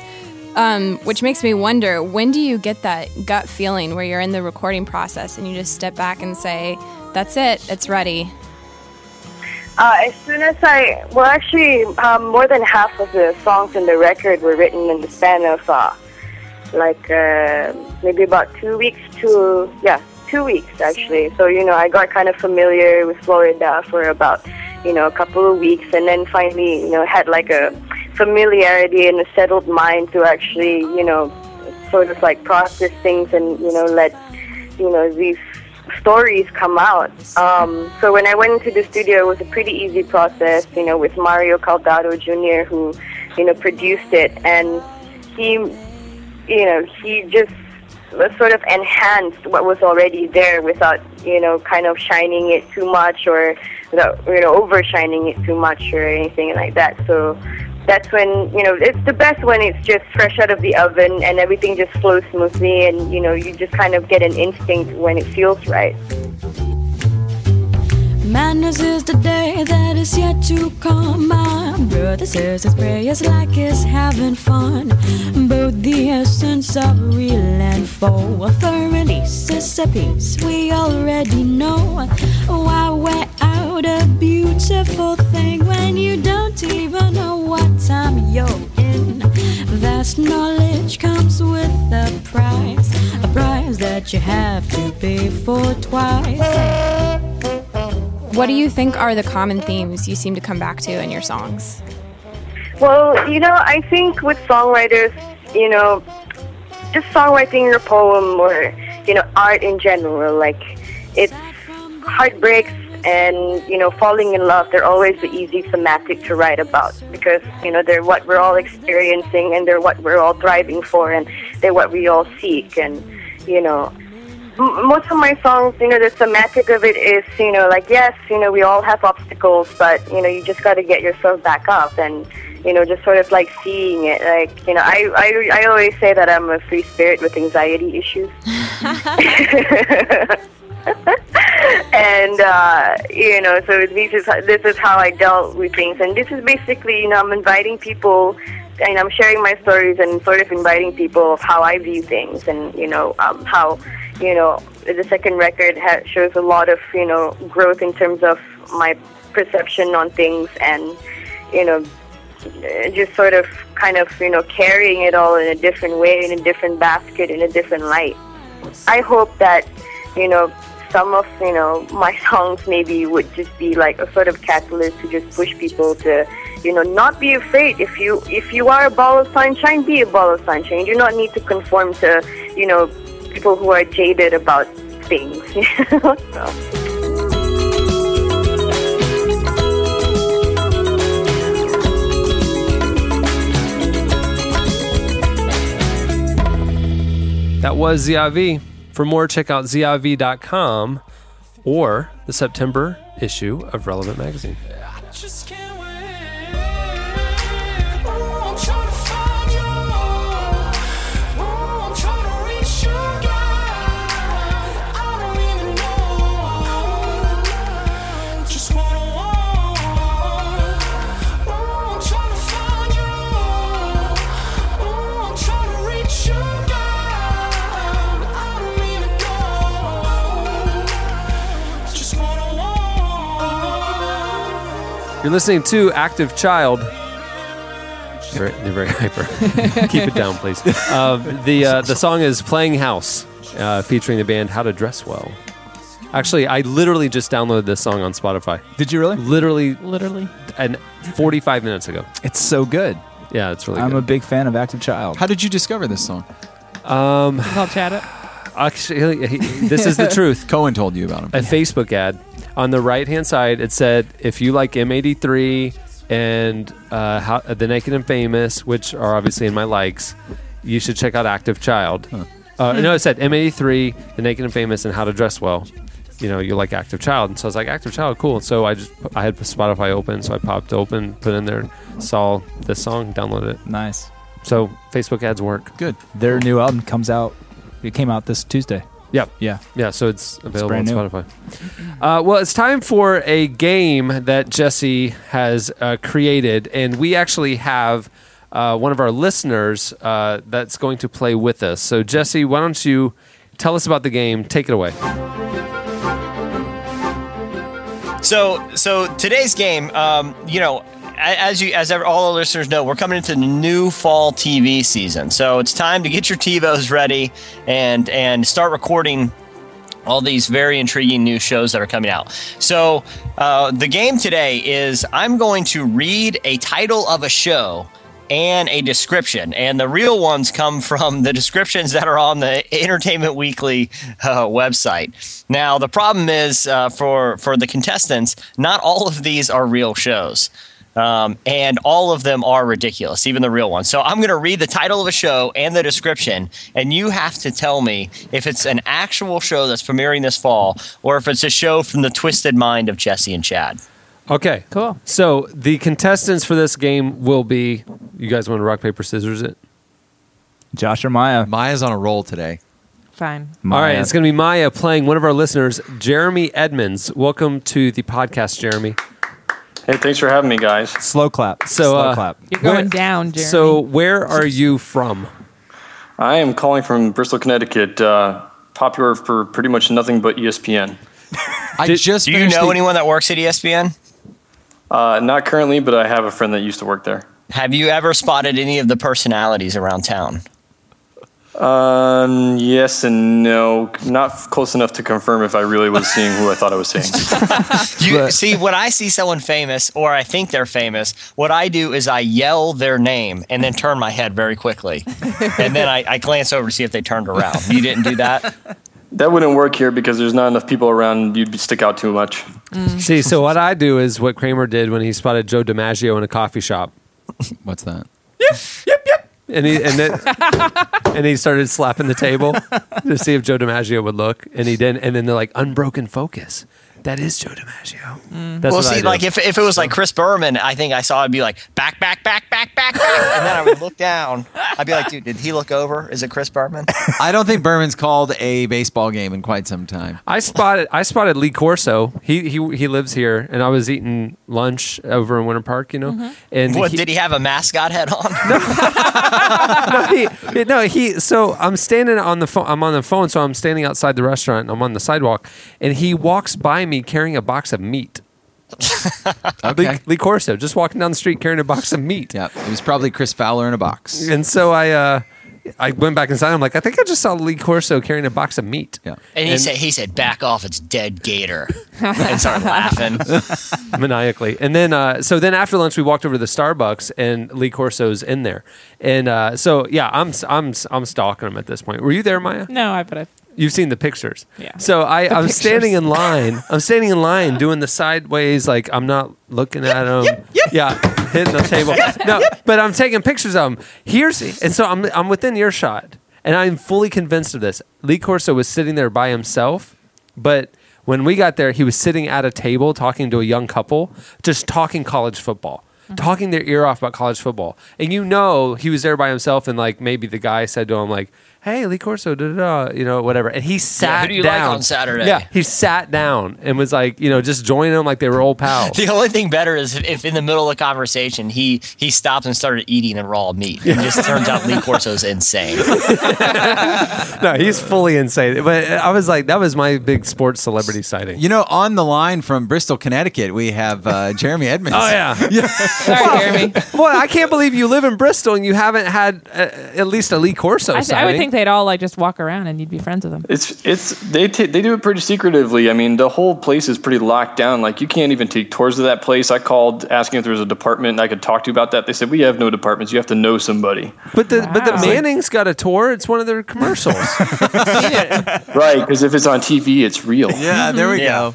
J: Um, which makes me wonder when do you get that gut feeling where you're in the recording process and you just step back and say, That's it, it's ready?
K: Uh, as soon as I, well, actually, um, more than half of the songs in the record were written in the span of uh, like uh, maybe about two weeks to, yeah, two weeks actually. So, you know, I got kind of familiar with Florida for about, you know, a couple of weeks and then finally, you know, had like a familiarity and a settled mind to actually, you know, sort of like process things and, you know, let, you know, these stories come out. Um, so when I went into the studio, it was a pretty easy process, you know, with Mario Caldado Jr., who, you know, produced it, and he, you know, he just was sort of enhanced what was already there without, you know, kind of shining it too much or without, you know, overshining it too much or anything like that. So that's when you know it's the best when it's just fresh out of the oven and everything just flows smoothly and you know you just kind of get an instinct when it feels right
I: Madness is the day that is yet to come. My brother says his prayers like he's having fun. Both the essence of real and foe. A thorough is a piece we already know. Why wear out a beautiful thing when you don't even know what time you're in? Vast knowledge comes with a price, a price that you have to pay for twice.
J: What do you think are the common themes you seem to come back to in your songs?
K: Well, you know, I think with songwriters, you know, just songwriting your poem or, you know, art in general, like, it's heartbreaks and, you know, falling in love, they're always the easy thematic to write about because, you know, they're what we're all experiencing and they're what we're all thriving for and they're what we all seek. And, you know, m- most of my songs, you know, the thematic of it is, you know, like yes, you know, we all have obstacles, but you know, you just got to get yourself back up and you know, just sort of like seeing it. Like you know, I I I always say that I'm a free spirit with anxiety issues. <laughs> and uh, you know, so this is this is how I dealt with things, and this is basically you know I'm inviting people, and I'm sharing my stories and sort of inviting people of how I view things, and you know um, how you know the second record ha- shows a lot of you know growth in terms of my perception on things, and you know uh, just sort of kind of you know carrying it all in a different way, in a different basket, in a different light. I hope that you know, some of, you know, my <laughs> songs maybe would just be like a sort of catalyst to just push people to, you know, not be afraid. If you if you are a ball of sunshine, be a ball of sunshine. You do not need to conform to, you know, people who are jaded about things. <laughs> you know? So.
C: That was ZIV. For more, check out ziv.com or the September issue of Relevant Magazine.
B: Just can't wait. Oh, I'm trying to find you. Oh, I'm trying to reach you, girl. I don't even know. Just wanna walk. Oh, I'm trying to find you. Oh, I'm trying to reach you, girl. I don't even know. Just wanna walk.
C: You're listening to Active Child. Very, they're very <laughs> hyper. Keep it down, please. Uh, the uh, the song is "Playing House," uh, featuring the band How to Dress Well. Actually, I literally just downloaded this song on Spotify. Did you really? Literally,
D: literally,
C: and 45 minutes ago.
G: It's so good.
C: Yeah, it's really
G: I'm
C: good.
G: a big fan of Active Child.
E: How did you discover this song?
C: Um,
D: I'll chat it.
C: <sighs> Actually, he- this
D: <laughs>
C: is the truth.
E: Cohen told you about him.
C: A Facebook ad on the right hand side. It said, "If you like M83 and uh, how, the Naked and Famous, which are obviously in my likes, you should check out Active Child." Uh,
D: Hmm.
C: no, it said M83, the Naked and Famous, and How to Dress Well. You know, you like Active Child, and so I was like, "Active Child, cool." And so I just I had Spotify open, so I popped open, put in there, saw this song, downloaded it.
G: Nice.
C: So Facebook ads work.
E: Good.
G: Their new album comes out. It came out this Tuesday.
C: Yep.
G: Yeah.
C: Yeah. So it's available
G: brand
C: on
G: new.
C: Spotify. Uh, well, it's time for a game that Jesse has uh, created, and we actually have uh, one of our listeners uh, that's going to play with us. So, Jesse, why don't you tell us about the game? Take it away.
F: So, so today's game, um, you know, a- as you as ever, all the listeners know, we're coming into the new fall TV season. So it's time to get your TiVos ready and and start recording all these very intriguing new shows that are coming out. So uh, the game today is I'm going to read a title of a show and a description, and the real ones come from the descriptions that are on the Entertainment Weekly uh, website. Now the problem is uh, for for the contestants, not all of these are real shows. Um, and all of them are ridiculous, even the real ones. So I'm going to read the title of a show and the description, and you have to tell me if it's an actual show that's premiering this fall or if it's a show from the twisted mind of Jesse and Chad.
C: Okay. Cool. So, the contestants for this game will be you guys want to rock, paper, scissors it?
G: Josh or Maya?
E: Maya's on a roll today.
D: Fine.
C: All right.
G: Maya.
C: It's going to be Maya playing one of our listeners, Jeremy Edmonds. Welcome to the podcast, Jeremy.
L: Hey, thanks for having me, guys.
G: Slow clap.
C: So,
L: Slow
C: uh,
L: clap.
D: You're going down, Jeremy.
C: So, where are you from?
L: I am calling from Bristol, Connecticut, uh, popular for pretty much nothing but E ESPN.
E: I just
F: Do you know anyone that works at E ESPN?
L: Uh, not currently, but I have a friend that used to work there.
F: Have you ever spotted any of the personalities around town?
L: Um, yes and no. Not f- close enough to confirm if I really was seeing who I thought I was seeing.
F: You see, when I see someone famous or I think they're famous, what I do is I yell their name and then turn my head very quickly, and then I, I glance over to see if they turned around. You didn't do that.
L: that wouldn't work here because there's not enough people around. You'd be- stick out too much.
F: Mm.
C: See, so what I do is what Kramer did when he spotted Joe DiMaggio in a coffee shop,
E: What's that?
C: and he
F: <laughs>
C: and then and he started slapping the table to see if Joe DiMaggio would look, and he didn't. And then they're like, "Unbroken focus." That is Joe DiMaggio. That's
F: Mm. well,
C: what I
F: see,
C: do.
F: like if, if it was like Chris Berman, I think I saw I'd be like back, back, back, back, back, back, and then I would look down. I'd be like, dude, did he look over? Is it Chris Berman?
E: I don't think Berman's called a baseball game in quite some time.
C: I spotted I spotted Lee Corso. He he he lives here, and I was eating lunch over in Winter Park, you know. And
F: Mm-hmm. What did he have a mascot head
C: <laughs>
F: on?
C: no, he, he- no, he. So I'm standing on the phone. I'm on the phone, so I'm standing outside the restaurant. And I'm on the sidewalk, and he walks by me carrying a box of
E: <laughs>
C: meat. Lee, Lee Corso just walking down the street carrying a box of meat.
E: Yeah, it was probably Chris Fowler in a box.
C: And so I, uh, I went back inside. I'm like, I think I just saw Lee Corso carrying a box of meat. Yeah.
F: And he said, he said, back off, it's dead gator, and started laughing.
C: <laughs> maniacally. And then, uh, so then after lunch, we walked over to the Starbucks, and Lee Corso's in there. And uh, so, yeah, I'm I'm I'm stalking him at this point. Were you there, Maya?
D: No, I put a.
C: You've seen the pictures.
D: Yeah.
C: So I,
D: The
C: I'm
D: pictures.
C: standing in
D: <laughs>
C: line. I'm standing in line doing the sideways, like I'm not looking at him. Yeah, hitting the table. No, but I'm taking pictures of him. Here's and so I'm I'm within earshot, and I'm fully convinced of this. Lee Corso was sitting there by himself, but when we got there, he was sitting at a table talking to a young couple, just talking college football.
D: Mm-hmm.
C: Talking their ear off about college football, and you know he was there by himself, and like maybe the guy said to him like, "Hey, Lee Corso, da da da," you know, whatever, and he sat
F: Yeah, who do you like
C: down
F: on Saturday?
C: Yeah, he sat down and was like, you know, just joining them like they were
F: <laughs>
C: old pals.
F: The only thing better is if, if in the middle of the conversation he he stopped and started eating a raw meat. It just turns out Lee Corso's insane.
C: no, he's fully insane. But I was like, that was my big sports celebrity sighting.
E: You know, on the line from Bristol, Connecticut, we
C: <laughs>
E: have uh, Jeremy Edmonds.
C: Oh
E: <laughs>
C: yeah. Sorry, Jeremy. Well, I can't believe you live in Bristol and you haven't had uh, at least a Lee Corso
D: I, th- I would
C: sighting.
D: think they'd all like just walk around and you'd be friends with them.
L: It's it's they t- they do it pretty secretively. I mean, the whole place is pretty locked down. Like you can't even take tours of that place. I called asking if there was a department I could talk to about that. They said we have no departments. You have to know somebody.
C: but the but the Mannings got a tour. It's one
F: <laughs>
C: of their commercials.
L: Right, because if it's on TV, it's real.
E: Yeah, there we go.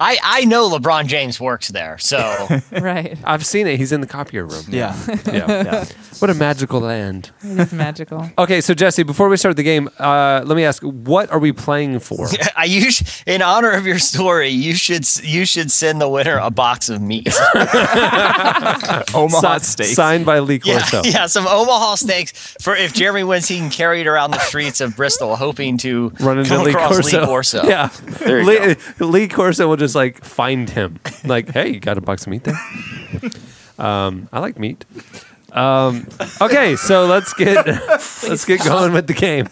F: I I know LeBron James works there,
C: <laughs>
F: so
D: right.
C: I've seen it. He's in the copier room.
F: Yeah. <laughs>
C: yeah.
F: Yeah.
C: What a magical land.
D: It is magical.
C: Okay, so Jesse, before we start the game, uh, let me ask, what are we
F: <laughs>
C: playing for?
F: <laughs> I you sh- in honor of your story, you should s- you should send the winner a box of
C: <laughs>
F: meat.
C: Omaha
F: steaks.
C: Signed by Lee
F: yeah,
C: Corso.
F: yeah, some Omaha steaks for if Jeremy wins, he can carry it around the streets of Bristol, hoping to
C: Run into
F: come
C: Lee
F: across
C: Corso.
F: Lee Corso.
C: <laughs> Yeah.
F: There you
C: Lee, uh, Lee Corso will just like find him. Like, hey, you got a box of meat there? <laughs> um, I like meat. Um, okay, so let's get let's get going with the game.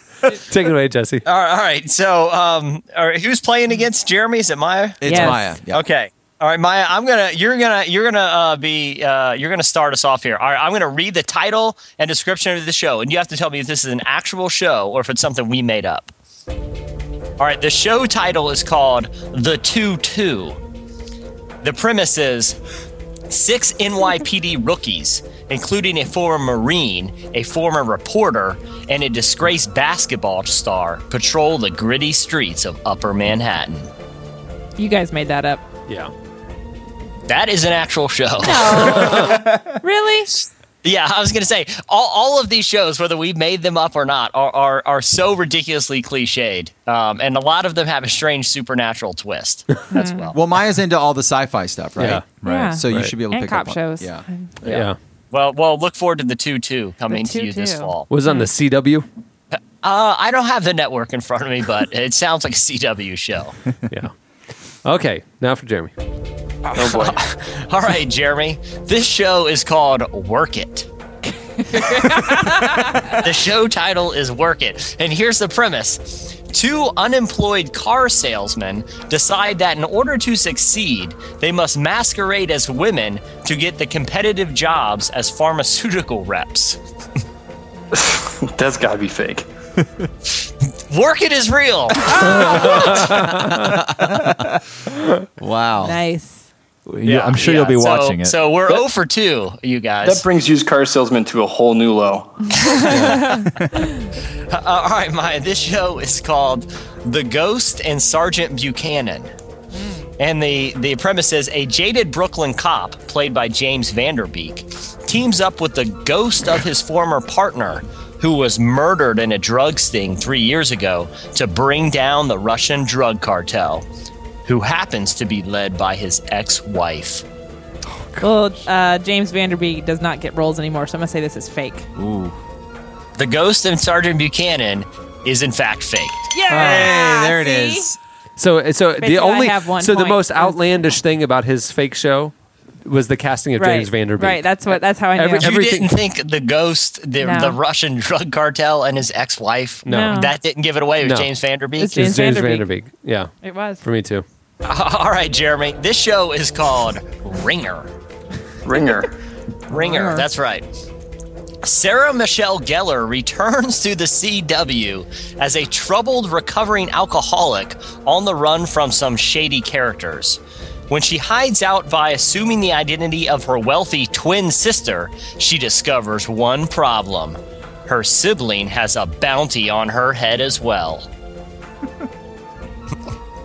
C: Take it away, Jesse.
F: All right, all right. So, um, all right, who's playing against Jeremy? Is it Maya?
C: It's Yes. Maya, yeah.
F: Okay. All right, Maya. I'm gonna. You're gonna. You're gonna uh, be. Uh, you're gonna start us off here. All right. I'm gonna read the title and description of the show, and you have to tell me if this is an actual show or if it's something we made up. All right. The show title is called The Two Two. The premise is six NYPD rookies, including a former Marine, a former reporter, and a disgraced basketball star, patrol the gritty streets of Upper Manhattan.
D: You guys made that up.
C: Yeah.
F: That is an actual show.
D: <laughs> really?
F: <laughs> Yeah, I was going to say, all, all of these shows, whether we made them up or not, are, are, are so ridiculously cliched. Um, and a lot of them have a strange supernatural twist. That's well.
E: Well, Maya's into all the sci-fi stuff, right?
F: Yeah. Yeah.
E: So you
F: Right.
E: should be able to
F: And
E: pick
F: cop
E: up on-
F: shows.
E: Yeah. <laughs>
C: Yeah.
F: Well, well, look forward to the 2 2 coming to you this
C: 2-2.
F: fall.
C: Was on the CW.
F: Uh, I don't have the network in front of me, but it sounds like a CW show.
C: yeah. Okay, now for Jeremy.
F: Oh boy. <laughs> All right, Jeremy. This show is called Work <laughs> It. the show title is Work It. And here's the premise Two unemployed car salesmen decide that in order to succeed, they must masquerade as women to get the competitive jobs as pharmaceutical
L: <laughs>
F: reps.
L: That's got to be fake.
F: Work It
G: <laughs>
F: is real.
E: wow.
D: Nice.
G: Yeah, I'm sure you'll be
F: so-
G: watching it.
F: So we're 0 for 2, you guys.
L: That brings used car salesman to a whole new low.
F: <laughs> Uh, all right, Maya. This show is called "The Ghost and Sergeant Buchanan," and the the premise is a jaded Brooklyn cop played by James Vanderbeek teams up with the ghost of his former partner, who was murdered in a drug sting three years ago, to bring down the Russian drug cartel, who happens to be led by his ex-wife.
D: Well, uh, James Vanderbeek does not get roles anymore, so I'm gonna say this is fake.
F: Ooh. The Ghost and Sergeant Buchanan is in fact faked.
C: Ah.
D: Yeah,
E: there
D: it is.
C: So, so
D: Bet
C: the
D: you I
C: only
D: have one
C: so the
D: point.
C: most outlandish thing about his fake show was the casting of James
D: right,
C: Vanderbeek.
D: Right. That's what. That's how I knew.
C: Every-
F: But you
C: everything-
F: didn't think the ghost, the,
D: No.
F: the Russian drug cartel, and his ex-wife.
C: No. No.
F: that didn't give it away. It was
C: No.
F: James Vanderbeek.
C: It's James, Vanderbeek. Yeah,
D: It was.
C: for me too.
F: <laughs> All right, Jeremy. This show is called Ringer.
L: Ringer.
F: <laughs> Ringer.
L: Ringer.
F: That's right. Sarah Michelle Gellar returns to the CW as a troubled recovering alcoholic on the run from some shady characters. When she hides out by assuming the identity of her wealthy twin sister, she discovers one problem. Her sibling has a bounty on her head as well. <laughs>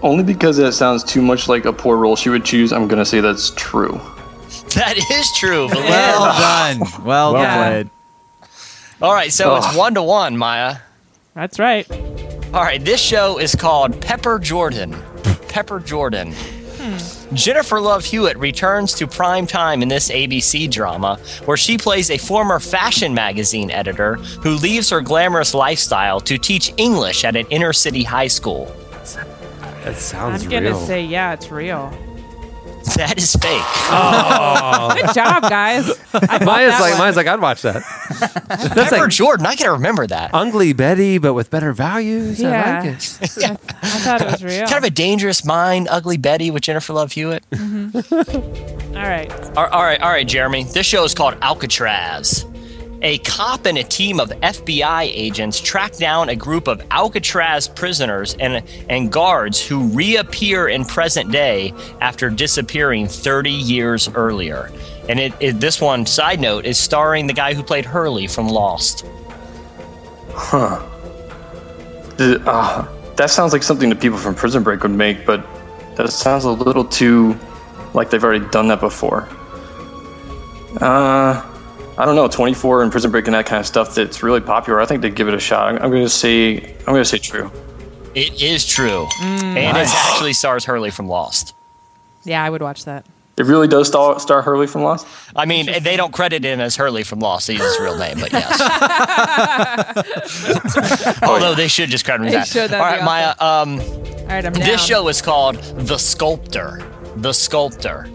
L: Only because that sounds too much like a poor role she would choose, I'm going to say that's true.
F: That is true. Believe it or not.
E: Well done. Well,
F: Well
E: done.
F: played. All right, so it's
L: Ugh.
F: one to one, Maya.
D: That's right.
F: All right, this show is called Pepper
C: <laughs>
F: Jordan. Pepper Jordan.
B: Hmm.
F: Jennifer Love Hewitt returns to prime time in this ABC drama, where she plays a former fashion magazine editor who leaves her glamorous lifestyle to teach English at an inner city high school.
C: That sounds
D: I'm gonna say yeah, it's real.
F: that is fake.
C: <laughs> Oh.
D: Good job, guys.
C: Maya's like mine's like I'd watch that. That's
F: Pepper Jordan. I can remember that.
C: Ugly Betty, but with better values. I like it.
D: <laughs> I, I thought it was real.
F: <laughs> Kind of a dangerous mind, Ugly Betty with Jennifer Love Hewitt.
D: Mm-hmm.
F: <laughs>
D: All right.
F: All all right, all right, Jeremy. This show is called Alcatraz. A cop and a team of FBI agents track down a group of Alcatraz prisoners and, and guards who reappear in present day after disappearing 30 years earlier. And it, it, this one, side note, is starring the guy who played Hurley from Lost.
L: Uh, Huh. Th- ah, that sounds like something that people from Prison Break would make, but That sounds a little too like they've already done that before. Uh, I don't know. 24 and Prison Break and that kind of stuff that's really popular. I think they give it a shot. I'm, I'm going to say I'm going to say true.
F: It is true.
D: Mm.
C: mm.
F: and
L: Nice.
F: it actually stars Hurley from Lost.
D: Yeah, I would watch that.
L: It really does star, star Hurley from Lost.
F: I mean, they don't credit him as Hurley from Lost. He's his real name,
D: <laughs>
F: but yes. Although they should just credit him
D: They
F: as
D: should,
F: that.
D: that'd
F: All right,
D: be
F: Maya. Um,
D: All right, I'm down.
F: This show is called The Sculptor. The Sculptor.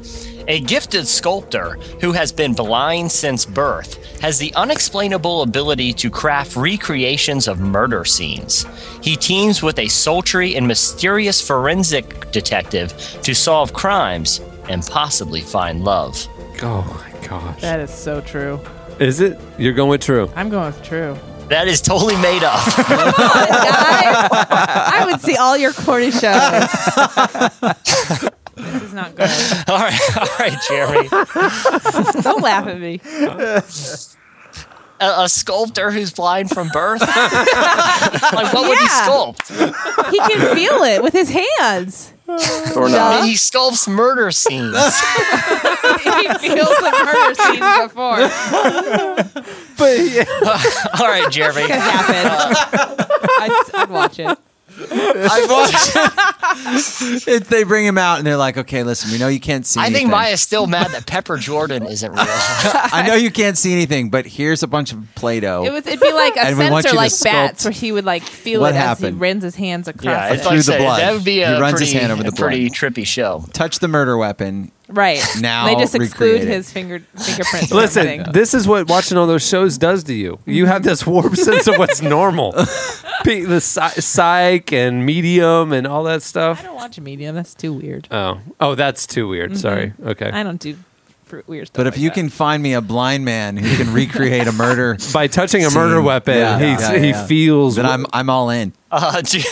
F: A gifted sculptor who has been blind since birth has the unexplainable ability to craft recreations of murder scenes. He teams with a sultry and mysterious forensic detective to solve crimes and possibly find love.
C: Oh my gosh.
D: That is so true.
C: Is it? You're going with true.
D: I'm going with true.
F: That is totally made up. <laughs>
D: I would see all your corny shows. this is not good.
F: <laughs> all right, all right, Jeremy.
D: <laughs> Don't laugh at me.
F: A, a sculptor who's blind from
D: <laughs>
F: birth? like, what would he
D: Yeah.
F: sculpt?
D: He can feel
E: <laughs>
D: it with his hands.
F: Or
D: not.
F: He sculpts
D: <laughs>
F: murder scenes.
D: he feels the murder scenes
E: <laughs>
D: before.
F: but <laughs> all right, Jeremy. Uh,
D: It could happen. I'd, I'd watch it.
F: I've
E: <laughs> if they bring him out and they're like, okay, listen, we know you can't <laughs> see
F: I
E: anything.
F: think Maya's still mad that Pepper Jordan isn't real.
E: <laughs> I know you can't see anything, but here's a bunch of Play Doh.
D: It was, it'd be like a
E: And we want
D: sensor
E: you to
D: like
E: sculpt
D: bats where he would like feel
E: what
D: it as he
E: happened.
D: runs his hands across
E: Yeah,
D: it.
E: it's like- Through the
F: Say,
E: blood.
F: That would be
E: He
F: a
E: runs
F: pretty,
E: his hand over the
F: a pretty trippy show.
E: Touch the murder weapon.
D: right.
E: <laughs> Now
D: they just exclude
E: recreated.
D: his finger fingerprints. from everything.
C: Listen, this is what
E: <laughs>
C: watching all those shows does to you. You have this
G: <laughs>
C: warped sense of what's normal. Be- the psy- psych and medium and all that stuff. I don't
D: watch medium. That's too weird.
C: Oh, oh, that's too weird. Sorry.
D: Mhm.
C: Okay.
D: I don't do fr- weird stuff.
E: But if you can find me a blind man who can recreate a murder
C: <laughs> by touching a murder weapon, he's- he feels
E: that I'm I'm
C: <laughs>
E: all in.
F: Uh, J-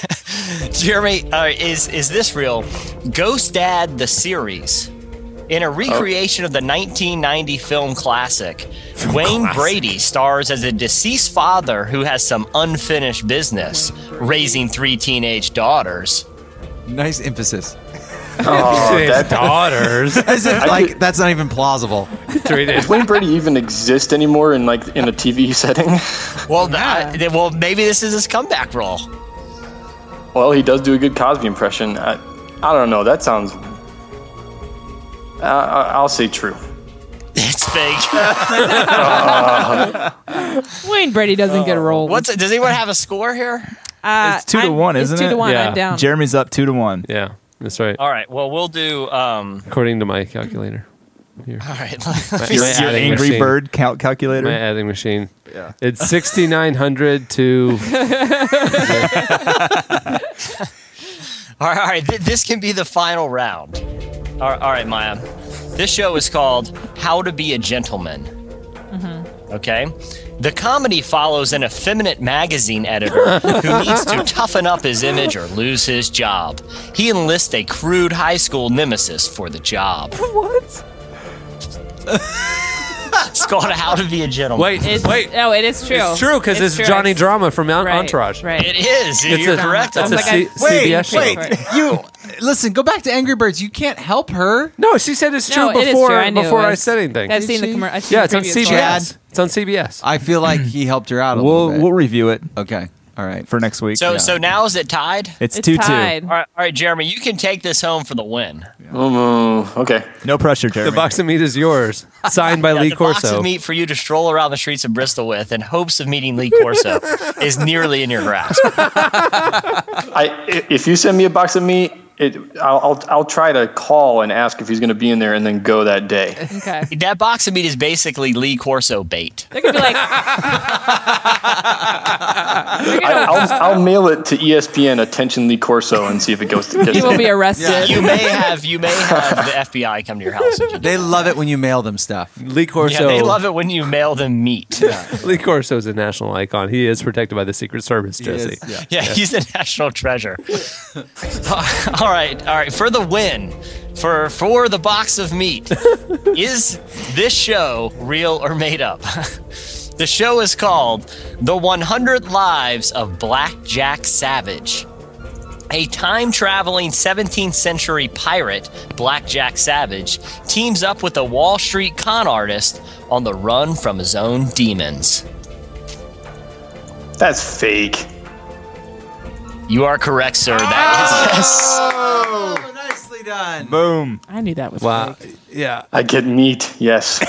F: Jeremy, uh, is is this real? Ghost Dad the series. In
E: Oh.
F: a recreation of the 1990 film classic, Wayne
B: classic.
F: Brady stars as a deceased father who has some unfinished business raising three teenage daughters.
G: <laughs>
E: Nice emphasis.
L: Oh, His
E: <laughs>
L: that-
C: daughters.
E: As if,
L: I
E: like
L: could-
E: that's not even plausible.
L: Does Wayne Brady even exist anymore in like in a TV <laughs> setting?
F: Well, that, well, maybe this is his comeback role.
L: Well, he does do a good Cosby impression. I, I don't know. That sounds. I I- I'll say true.
F: It's fake.
L: <laughs> Uh,
D: Wayne Brady doesn't
E: Oh.
D: get rolled.
F: What's it, does anyone have a score here?
D: Uh,
G: It's two to
D: I'm-
G: one, isn't
D: it's
G: it?
D: two to one. I'm down.
G: Jeremy's up two to one.
C: Yeah, that's right.
F: All right. Well, we'll do. Um,
C: According to my calculator. Here.
F: all right. <laughs>
G: Your,
C: My- my
G: your
C: adding
G: Angry
C: machine.
G: Bird count calculator.
C: My adding machine. Yeah. It's
G: <laughs>
F: <laughs>
C: 6,900 to.
F: All right, all right. Th- this can be the final round. All right, all right, Maya. This show is called How to Be a Gentleman. Okay? The comedy follows an effeminate magazine editor who needs to toughen up his image or lose his job. He enlists a crude high school nemesis for the job.
D: What?
F: It's called How to Be a Gentleman.
C: Wait,
D: It's,
C: wait.
D: No, it is true.
C: It's true because it's, Johnny Drama from Mount
D: Right,
C: Entourage.
D: right.
F: It is.
C: It's
F: You're
C: a-
F: correct.
E: Uh-huh.
C: it's a
F: Like, I-
C: C-
E: Oh Wait,
C: CBS show.
E: wait, you listen. Go back to Angry Birds. You can't help her.
C: No, she said it's
D: No,
C: true
D: it is
C: before
D: true. I knew it
C: before I
D: was-
C: said anything.
D: I've seen the commercial.
C: Yeah, it's on CBS.
E: Chad.
C: It's on CBS.
E: I feel like he helped her out a
G: We'll
E: little bit.
G: we'll review it.
E: Okay. All right.
G: For next week.
F: so,
G: Yeah.
F: so now is it tied?
G: It's It's 2-2. tied.
F: All right, all right, Jeremy, you can take this home for the win.
L: Oh, okay.
G: No pressure, Jeremy.
C: The box of meat is yours, signed by
F: Yeah,
C: Lee
F: the box
C: Corso.
F: of meat for you to stroll around the streets of Bristol with in hopes of meeting Lee
D: <laughs>
F: Corso is nearly in your grasp.
L: I i- if you send me a box of meat, it I'll I'll, I'll try to call and ask if he's going to be in there and then go that day.
D: Okay.
F: That box of meat is basically Lee Corso bait.
D: They're gonna be like,
L: I, I'll, I'll mail it to E ESPN. Attention, Lee Corso, and see if it goes. To, gets
D: He will be
L: there.
D: arrested.
F: You may have you may have the FBI come to your house. if you do.
E: They love it when you mail them stuff.
C: Lee Corso.
F: Yeah, they love it when you mail them meat. Yeah,
C: <laughs> Lee Corso is a national icon. He is protected by the Secret Service,
F: is,
C: Jesse.
E: yeah.
F: he's a national treasure. <laughs> all right, all right. For the win, for for the box of
E: <laughs>
F: meat, is this show real or made up? <laughs> the show is called "The 100 Lives of Black Jack Savage." A time traveling 17th century pirate, Blackjack Savage, teams up with a Wall Street con artist on the run from his own demons.
L: That's fake.
F: You are correct, sir.
D: Ah!
F: That is.
E: Oh, nicely done. <laughs>
G: Boom.
D: I knew that was
C: <laughs> wow. Yeah.
L: I get meat. Yes.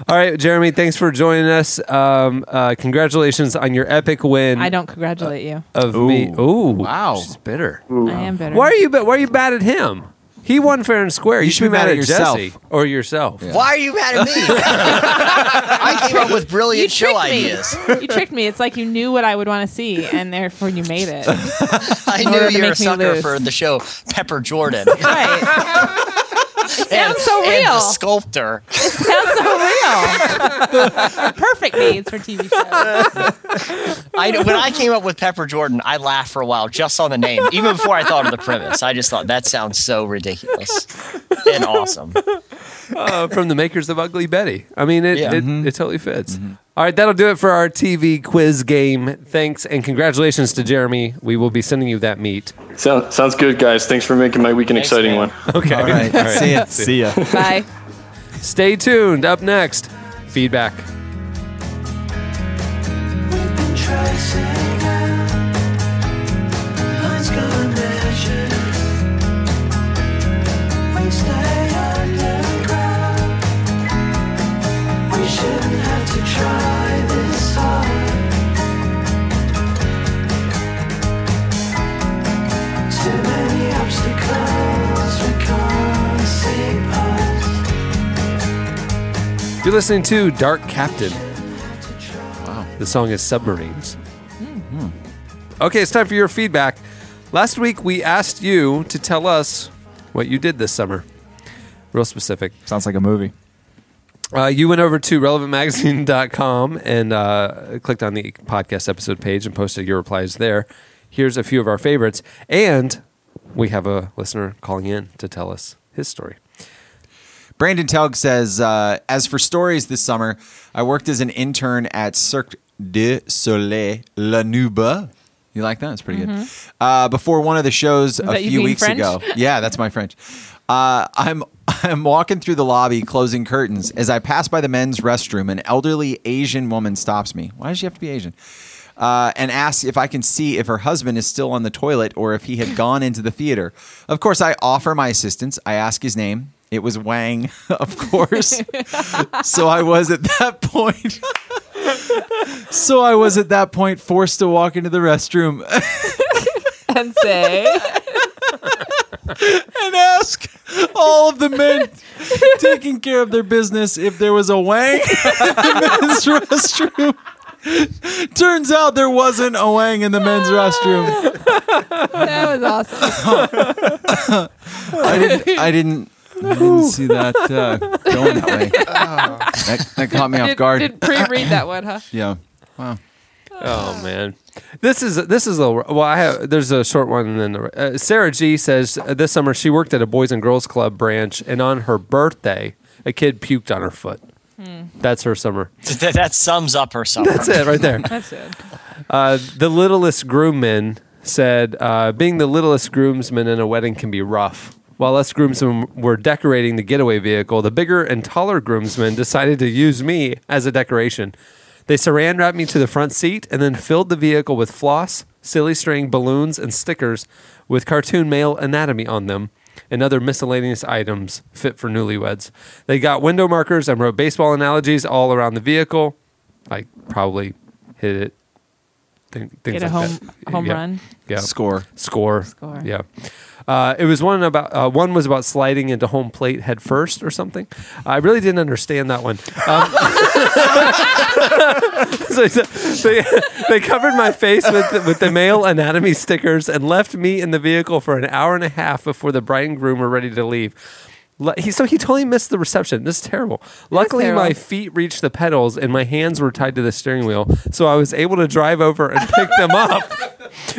C: <laughs>
F: <laughs>
C: All right, Jeremy, thanks for joining us. Um, uh, congratulations on your epic win.
D: I don't congratulate you.
C: Of me. Ooh.
E: Wow.
C: She's bitter.
D: I am bitter.
C: Why are you ba- why are you mad at him? He won fair and square. You, should be mad, at,
E: yourself.
C: Jesse or yourself.
F: Why are you mad at me?
D: <laughs>
F: I came up with
D: You
F: brilliant show
D: tricked me.
F: ideas.
D: you tricked me. It's like you knew what I would want to see, and therefore you made it.
F: <laughs> I
D: In order
F: knew
D: to
F: you were
D: make
F: a
D: me
F: sucker
D: lose.
F: for the show
D: <laughs>
F: Pepper Jordan.
D: Right. It
F: and,
D: sounds so real.
F: and the sculptor.
D: sounds
F: <laughs>
D: so real. Perfect needs for TV shows.
F: I, when I came up with Pepper Jordan, I laughed for a while just on the name, even before I thought of the premise. I just thought that sounds so ridiculous
D: <laughs>
F: and awesome.
C: Uh, from the makers of Ugly Betty. I mean, it,
F: Yeah.
C: it, it totally fits. All right, that'll do it for our TV quiz game. Thanks and congratulations to Jeremy. We will be sending you that meat.
L: Sound, sounds good, guys. Thanks for making my week an
F: Thanks,
L: exciting
F: man.
L: one.
C: Okay. <laughs>
E: All right.
C: All right.
E: <laughs> See ya.
G: See ya.
D: Bye.
C: Stay tuned. Up next, feedback. You're listening to Dark Captain. Wow. The song is Submarines. Okay, it's time for your feedback. Last week, we asked you to tell us what you did this summer. Real specific.
G: Sounds like a movie.
C: Uh, you went over to relevantmagazine.com and uh, clicked on the podcast episode page and posted your replies there. Here's a few of our favorites. And we have a listener calling in to tell us his story.
E: Brandon Telg says, uh, as for stories this summer, I worked as an intern at Cirque du Soleil La Nuba. You like that? That's pretty good. Uh, before one of the shows a
D: that you
E: few
D: being
E: weeks
D: French?
E: ago. Yeah, that's my French. Uh, I'm <laughs> I'm walking through the lobby, closing curtains. As I pass by the men's restroom, an elderly Asian woman stops me. Why does she have to be Asian? Uh, and asks if I can see if her husband is still on the toilet or if he had gone into the theater. Of course, I offer my assistance. I ask his name. It was Wang, <laughs> of course. so I was at that point. <laughs> so I was at that point forced to walk into the restroom
D: And say,
E: and ask all of the men taking care of their business if there was a wang <laughs> in the men's restroom. Turns out there wasn't a wang in the men's restroom.
D: that was awesome.
E: <laughs> I didn't. I didn't. I didn't see that uh, going that way. That, that caught me off
D: Did,
E: guard.
D: did pre-read that one, huh?
E: yeah.
C: Oh man, this is this is a well. I have there's a short one and then the, uh, Sarah G says uh, this summer she worked at a Boys and Girls Club branch, and on her birthday, a kid puked on her foot.
D: Hmm.
C: That's her summer.
F: That, that sums up her summer.
C: That's it right there.
D: That's it.
C: Uh, the littlest groomman said, uh, "Being the littlest groomsman in a wedding can be rough." While us groomsmen were decorating the getaway vehicle, the bigger and taller groomsmen decided to use me as a decoration. They saran wrapped me to the front seat and then filled the vehicle with floss, silly string, balloons, and stickers with cartoon male anatomy on them and other miscellaneous items fit for newlyweds. They got window markers and wrote baseball analogies all around the vehicle. Like, probably hit it. Thing- Things
D: Get a
C: like
D: home
C: that.
D: home
C: Yeah.
D: run.
C: Yeah.
E: Score.
C: Score.
D: Score.
C: Yeah. Uh, it was one about uh, one was about sliding into home plate head first or something. I really didn't understand that one. Um, <laughs> so- so they, they covered my face with the, with the male anatomy stickers and left me in the vehicle for an hour and a half before the bride and groom were ready to leave. Lu- He, so he totally missed the reception. This is terrible. Luckily,
D: terrible.
C: my feet reached the pedals and my hands were tied to the steering wheel, so I was able to drive over and pick
D: <laughs>
C: them up.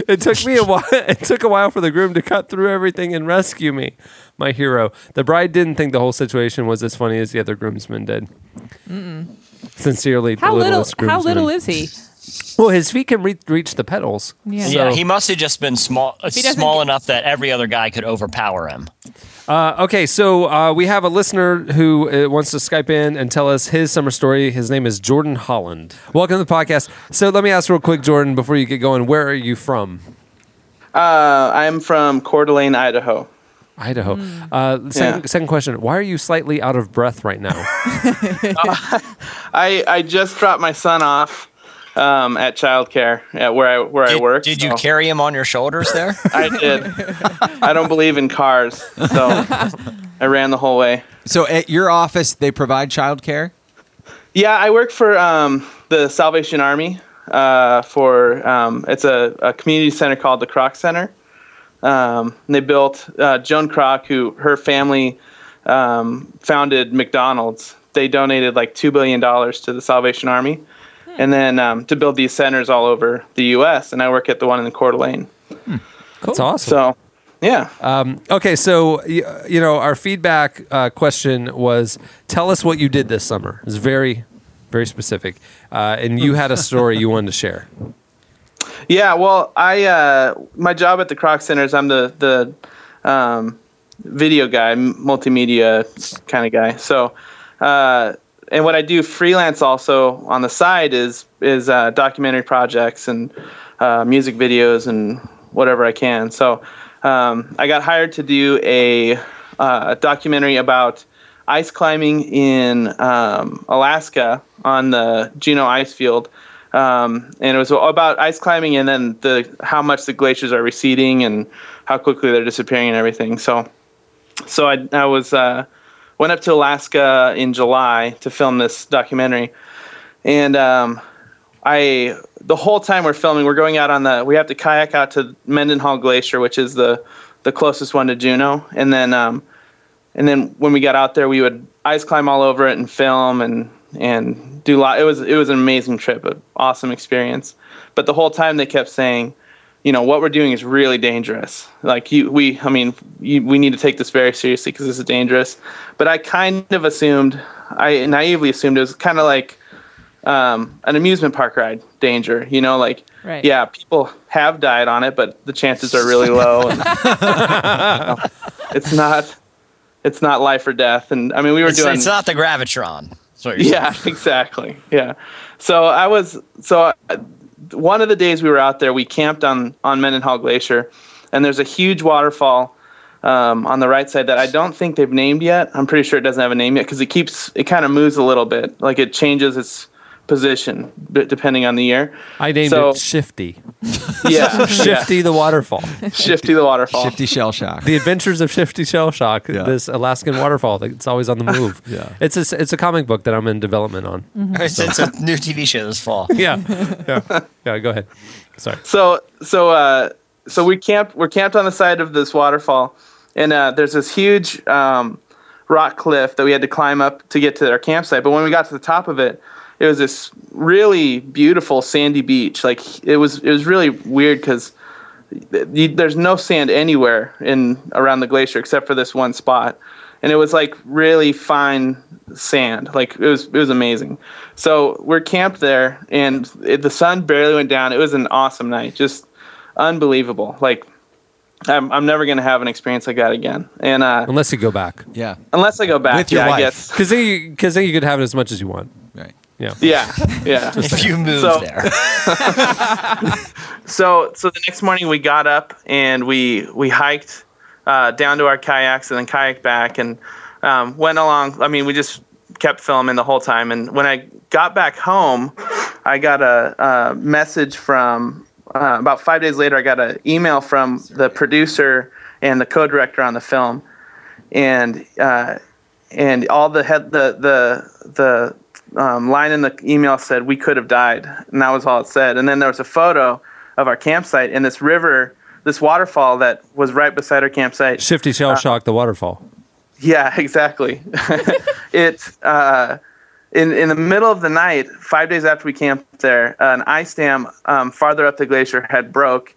C: It took me a while. It took a while for the groom to cut through everything and rescue me. My hero. The bride didn't think the whole situation was as funny as the other groomsmen did. Sincerely, the
D: How little?
C: littlest
D: How
C: groomsman.
D: little is he?
C: Well, his feet can re- reach the pedals.
F: Yeah,
C: so-
F: he must have just been small, uh,
C: If he doesn't
F: small enough that every other guy could overpower him.
C: Uh, okay, so uh, we have a listener who uh, wants to Skype in and tell us his summer story. His name is Jordan Holland. Welcome to the podcast. So let me ask real quick, Jordan, before you get going, where are you from?
M: Uh, I'm from Coeur d'Alene, Idaho.
C: Idaho. Uh, second, second question: Why are you slightly out of breath right now?
M: I, I just dropped my son off um, at childcare at where I where I work. Did you
F: carry him on your shoulders there?
M: I did. I don't believe in cars, so I ran the whole way.
E: So at your office, they provide childcare.
M: Yeah, I work for um, the Salvation Army. Uh, for um, it's a, a community center called the Croc Center. Um, and they built uh, Joan Croc, who her family um, founded McDonald's. They donated like two billion dollars to the Salvation Army, and then um, to build these centers all over the U.S. And I work at the one in the Coeur d'Alene.
C: That's awesome.
M: So, yeah.
C: Um, okay, so y- you know our feedback uh, question was: Tell us what you did this summer. It's very, very specific, uh, and you had a story you wanted to share.
M: Yeah, well, I uh, my job at the Croc Center is I'm the the um, video guy, m- multimedia kind of guy. So, uh, and what I do freelance also on the side is is uh, documentary projects and uh, music videos and whatever I can. So, um, I got hired to do a, uh, documentary about ice climbing in um, Alaska on the Juneau ice field um, and it was about ice climbing and then the how much the glaciers are receding and how quickly they're disappearing and everything. So, so I, I was uh, went up to Alaska in July to film this documentary, and um, I the whole time we're filming, we're going out on the we have to kayak out to Mendenhall Glacier, which is the the closest one to Juneau, and then um, and then when we got out there, we would ice climb all over it and film and and do lot. It was it was an amazing trip, an awesome experience. But the whole time they kept saying, you know, what we're doing is really dangerous. Like you, we, I mean, you, we need to take this very seriously because this is dangerous. But I kind of assumed, I naively assumed it was kind of like um, an amusement park ride danger. You know, like
D: Right.
M: yeah, people have died on it, but the chances are really low. and, you know, it's not. It's not life or death, and I mean, we were
F: it's,
M: doing.
F: it's not the gravitron. That's what you're saying.
M: Yeah, <laughs> exactly. Yeah. So I was so uh, one of the days we were out there, we camped on on Mendenhall Glacier, and there's a huge waterfall um, on the right side that I don't think they've named yet. I'm pretty sure it doesn't have a name yet because it keeps it kind of moves a little bit, like it changes its position d- depending on the year.
C: I named
M: So-
C: it Shifty.
M: <laughs> Yeah,
C: <laughs> Shifty the waterfall.
M: Shifty the waterfall.
E: Shifty shell shock.
C: The Adventures of Shifty Shell Shock. This Alaskan waterfall that's always on the move. yeah, it's a it's a comic book that I'm in development on.
F: <laughs> It's, it's a new TV show this fall.
C: Yeah, yeah, yeah. Go ahead. Sorry.
M: So so uh, so we camp we're camped on the side of this waterfall, and uh, there's this huge um, rock cliff that we had to climb up to get to our campsite. But when we got to the top of it, it was this really beautiful sandy beach. Like it was it was really weird because there's no sand anywhere in around the glacier except for this one spot and it was like really fine sand like it was it was amazing so we're camped there and it, the sun barely went down it was an awesome night just unbelievable like i'm, I'm never going to have an experience like that again and uh,
C: Unless you go back.
E: Yeah.
M: unless i go back yeah i guess
C: Because then, you- 'cause then you could have it as much as you want.
E: Right.
C: Yeah.
M: Yeah, yeah.
C: Just saying.
F: there.
M: <laughs> so, so the next morning we got up and we we hiked uh, down to our kayaks and then kayaked back and um, went along. I mean, we just kept filming the whole time. And when I got back home, I got a, a message from uh, about five days later. I got an email from the producer and the co-director on the film, and uh, and all the head the the the um, line in the email said we could have died, and that was all it said. And then there was a photo of our campsite and this river, this waterfall that was right beside our campsite. Uh,
C: Shifty Shell Shock, the waterfall.
M: Yeah, <laughs> exactly. it's uh, in in the middle of the night, five days after we camped there, an ice dam um, farther up the glacier had broke,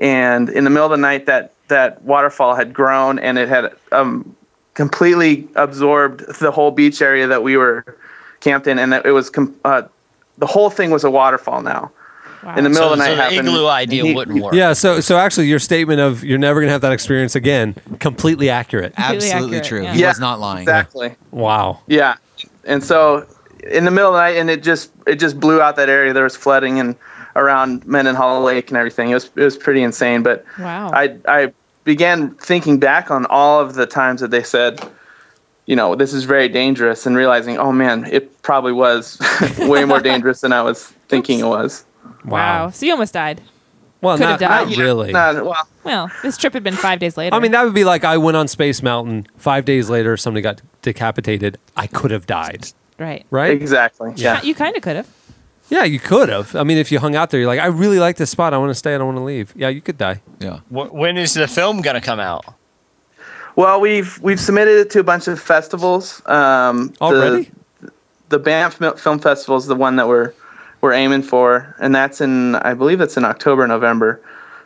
M: and in the middle of the night, that that waterfall had grown and it had um, completely absorbed the whole beach area that we were camped in, and that it was com- uh, the whole thing was a waterfall now. in the middle
F: So-
M: of the night
F: so the
M: happened.
F: igloo idea
M: and he-
F: wouldn't work.
C: Yeah, so so actually, your statement of you're never gonna have that experience again, completely accurate.
M: Completely Absolutely accurate, true. yeah. He was not lying. exactly.
C: Wow.
M: Yeah, and so in the middle of the night, and it just it just blew out that area. There was flooding and around Mendenhall Lake and everything. It was it was pretty insane. But
D: Wow.
M: I I began thinking back on all of the times that they said, you know, this is very dangerous, and realizing, oh man, it probably was <laughs> way more dangerous than I was thinking it was.
D: Wow. Oh, So you almost died.
C: Well,
D: Could've
C: not, not
D: died.
C: really.
M: well,
D: this trip had been five days later.
C: I mean, that would be like I went on Space Mountain. Five days later, somebody got decapitated. I could have died.
D: right.
C: Right?
M: Exactly.
C: Yeah. Oh,
D: You kind of could have.
C: Yeah, you could have. I mean, if you hung out there, you're like, I really like this spot. I want to stay. I don't want to leave. Yeah, you could die.
E: Yeah.
F: Wh- When is the film gonna come out?
M: Well, we've we've submitted it to a bunch of festivals. Um,
F: Already?
M: The, the Banff Mil- Film Festival is the one that we're we're aiming for, and that's in I believe that's in October, November.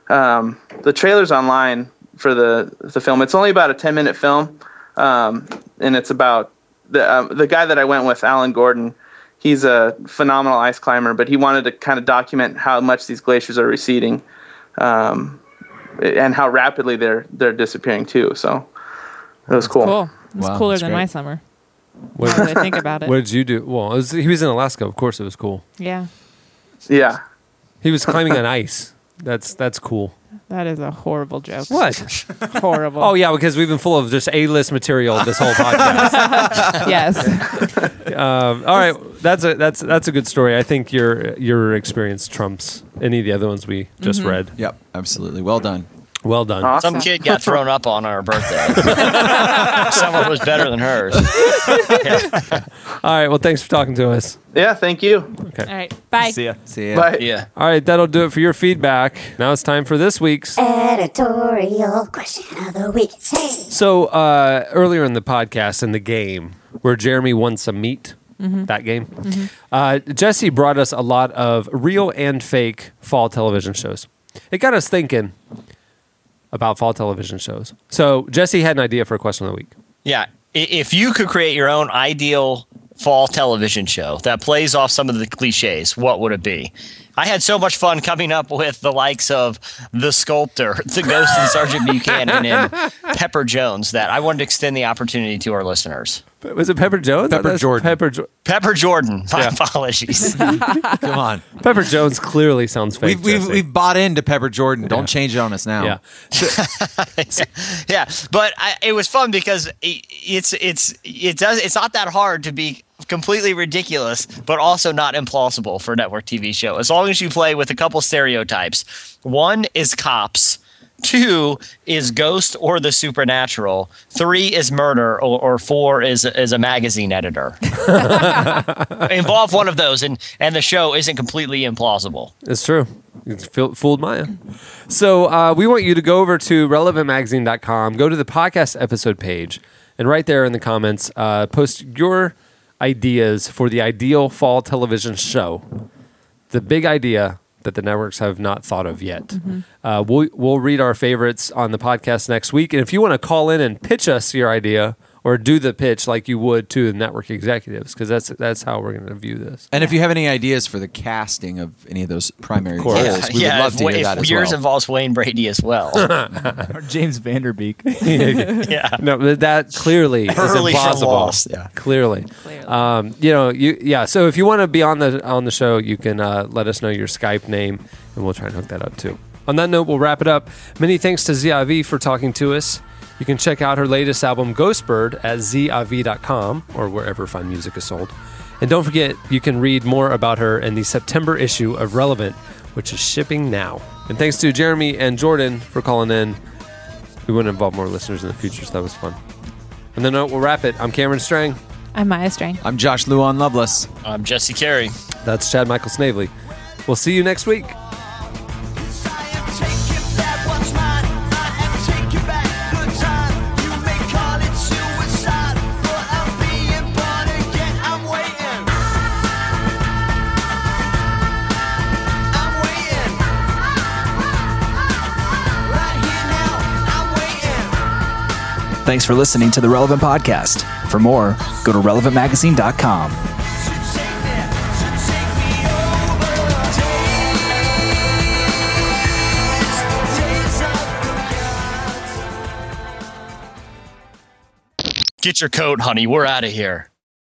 M: Um, the trailer's online for the the film. It's only about a ten minute film, um, and it's about the um, the guy that I went with, Alan Gordon. He's a phenomenal ice climber, but he wanted to kind of document how much these glaciers are receding. Um, and how rapidly they're they're disappearing too. So it was cool.
D: Cool. It's
C: Wow,
D: cooler
C: that's
D: than
C: great.
D: my summer.
C: What,
D: Now that I think about it.
C: What did you do? Well, it was, he was in Alaska. Of course, it was cool.
D: Yeah.
M: Yeah.
C: He was climbing on ice. That's that's cool.
D: That is a horrible joke.
C: What?
D: horrible.
C: <laughs> Oh yeah, because we've been full of just A list material
D: <laughs>
C: this whole
D: <laughs>
C: podcast.
D: yes.
C: um, all right, that's a that's that's a good story. I think your your experience trumps any of the other ones we just
E: Mhm.
C: read.
E: Yep, absolutely. Well done.
C: Well done.
F: Some kid got thrown up on on her birthday.
M: <laughs>
F: Someone was better than hers.
C: <laughs> All right. Well, thanks for talking to us.
M: Yeah. Thank you.
C: Okay.
D: All right. Bye.
G: See ya.
E: See
C: ya.
M: Bye.
F: Yeah.
C: All right, that'll do it for your feedback. Now it's time for this week's.
H: Editorial question of the week. Hey.
C: So uh, earlier in the podcast, in the game where Jeremy won some meat,
H: Mhm.
C: that game, uh, Jesse brought us a lot of real and fake fall television shows. It got us thinking about fall television shows. So Jesse had an idea for a question of the week.
F: Yeah. I- If you could create your own ideal fall television show that plays off some of the cliches, what would it be? I had so much fun coming up with the likes of The Sculptor, <laughs> The Ghost and Sergeant Buchanan, and
C: <laughs>
F: Pepper Jones that I wanted to extend the opportunity to our listeners.
C: Was it Pepper Jones? Pepper Jordan. Pepper, jo-
F: Pepper Jordan. <laughs> My apologies.
E: Come on.
C: Pepper Jones clearly sounds fake.
E: We've, we've,
C: Jesse.
E: we've bought into Pepper Jordan. Don't change it on us now.
C: Yeah.
F: yeah, but I, it was fun because i it's it's it does it's not that hard to be completely ridiculous, but also not implausible for a network TV show. As long as you play with a couple stereotypes, one is cops. Two is ghost or the supernatural. Three is murder, or, or four is is a magazine editor. Involve one of those, and and the show isn't completely implausible.
C: It's true. It's fool- fooled Maya. So uh, we want you to go over to relevantmagazine.com, go to the podcast episode page, and right there in the comments, uh, post your ideas for the ideal fall television show, the big idea that the networks have not thought of yet. Uh, we'll, we'll read our favorites on the podcast next week. And if you want to call in and pitch us your idea or do the pitch like you would to the network executives, because that's, that's how we're going to view this.
E: And if you have any ideas for the casting of any of those primary roles,
C: course.
E: we would love
F: if,
E: to hear
F: if
E: that as
F: yours
E: well.
F: involves Wayne Brady as well.
C: <laughs>
G: or James Vanderbeek.
F: <laughs> yeah.
C: No, but that clearly is
F: Early from
C: impossible.
F: Lost, yeah.
C: Clearly. Um, you know, you yeah, so if you want to be on the on the show, you can uh, let us know your Skype name and we'll try and hook that up too. On that note, we'll wrap it up. Many thanks to ZIV for talking to us. You can check out her latest album Ghostbird at ziv.com or wherever fine music is sold. And don't forget, you can read more about her in the September issue of Relevant, which is shipping now. And thanks to Jeremy and Jordan for calling in. We want to involve more listeners in the future, so that was fun. And then uh, we'll wrap it. I'm Cameron Strang.
D: I'm Maya Strang.
E: I'm Josh Luan Loveless.
F: I'm Jesse Carey.
C: That's Chad Michael Snavely. We'll see you next week.
A: Thanks for listening to the Relevant Podcast. For more, go to relevantmagazine.com.
B: Take me over. Take
F: Get your coat, honey. We're out of here.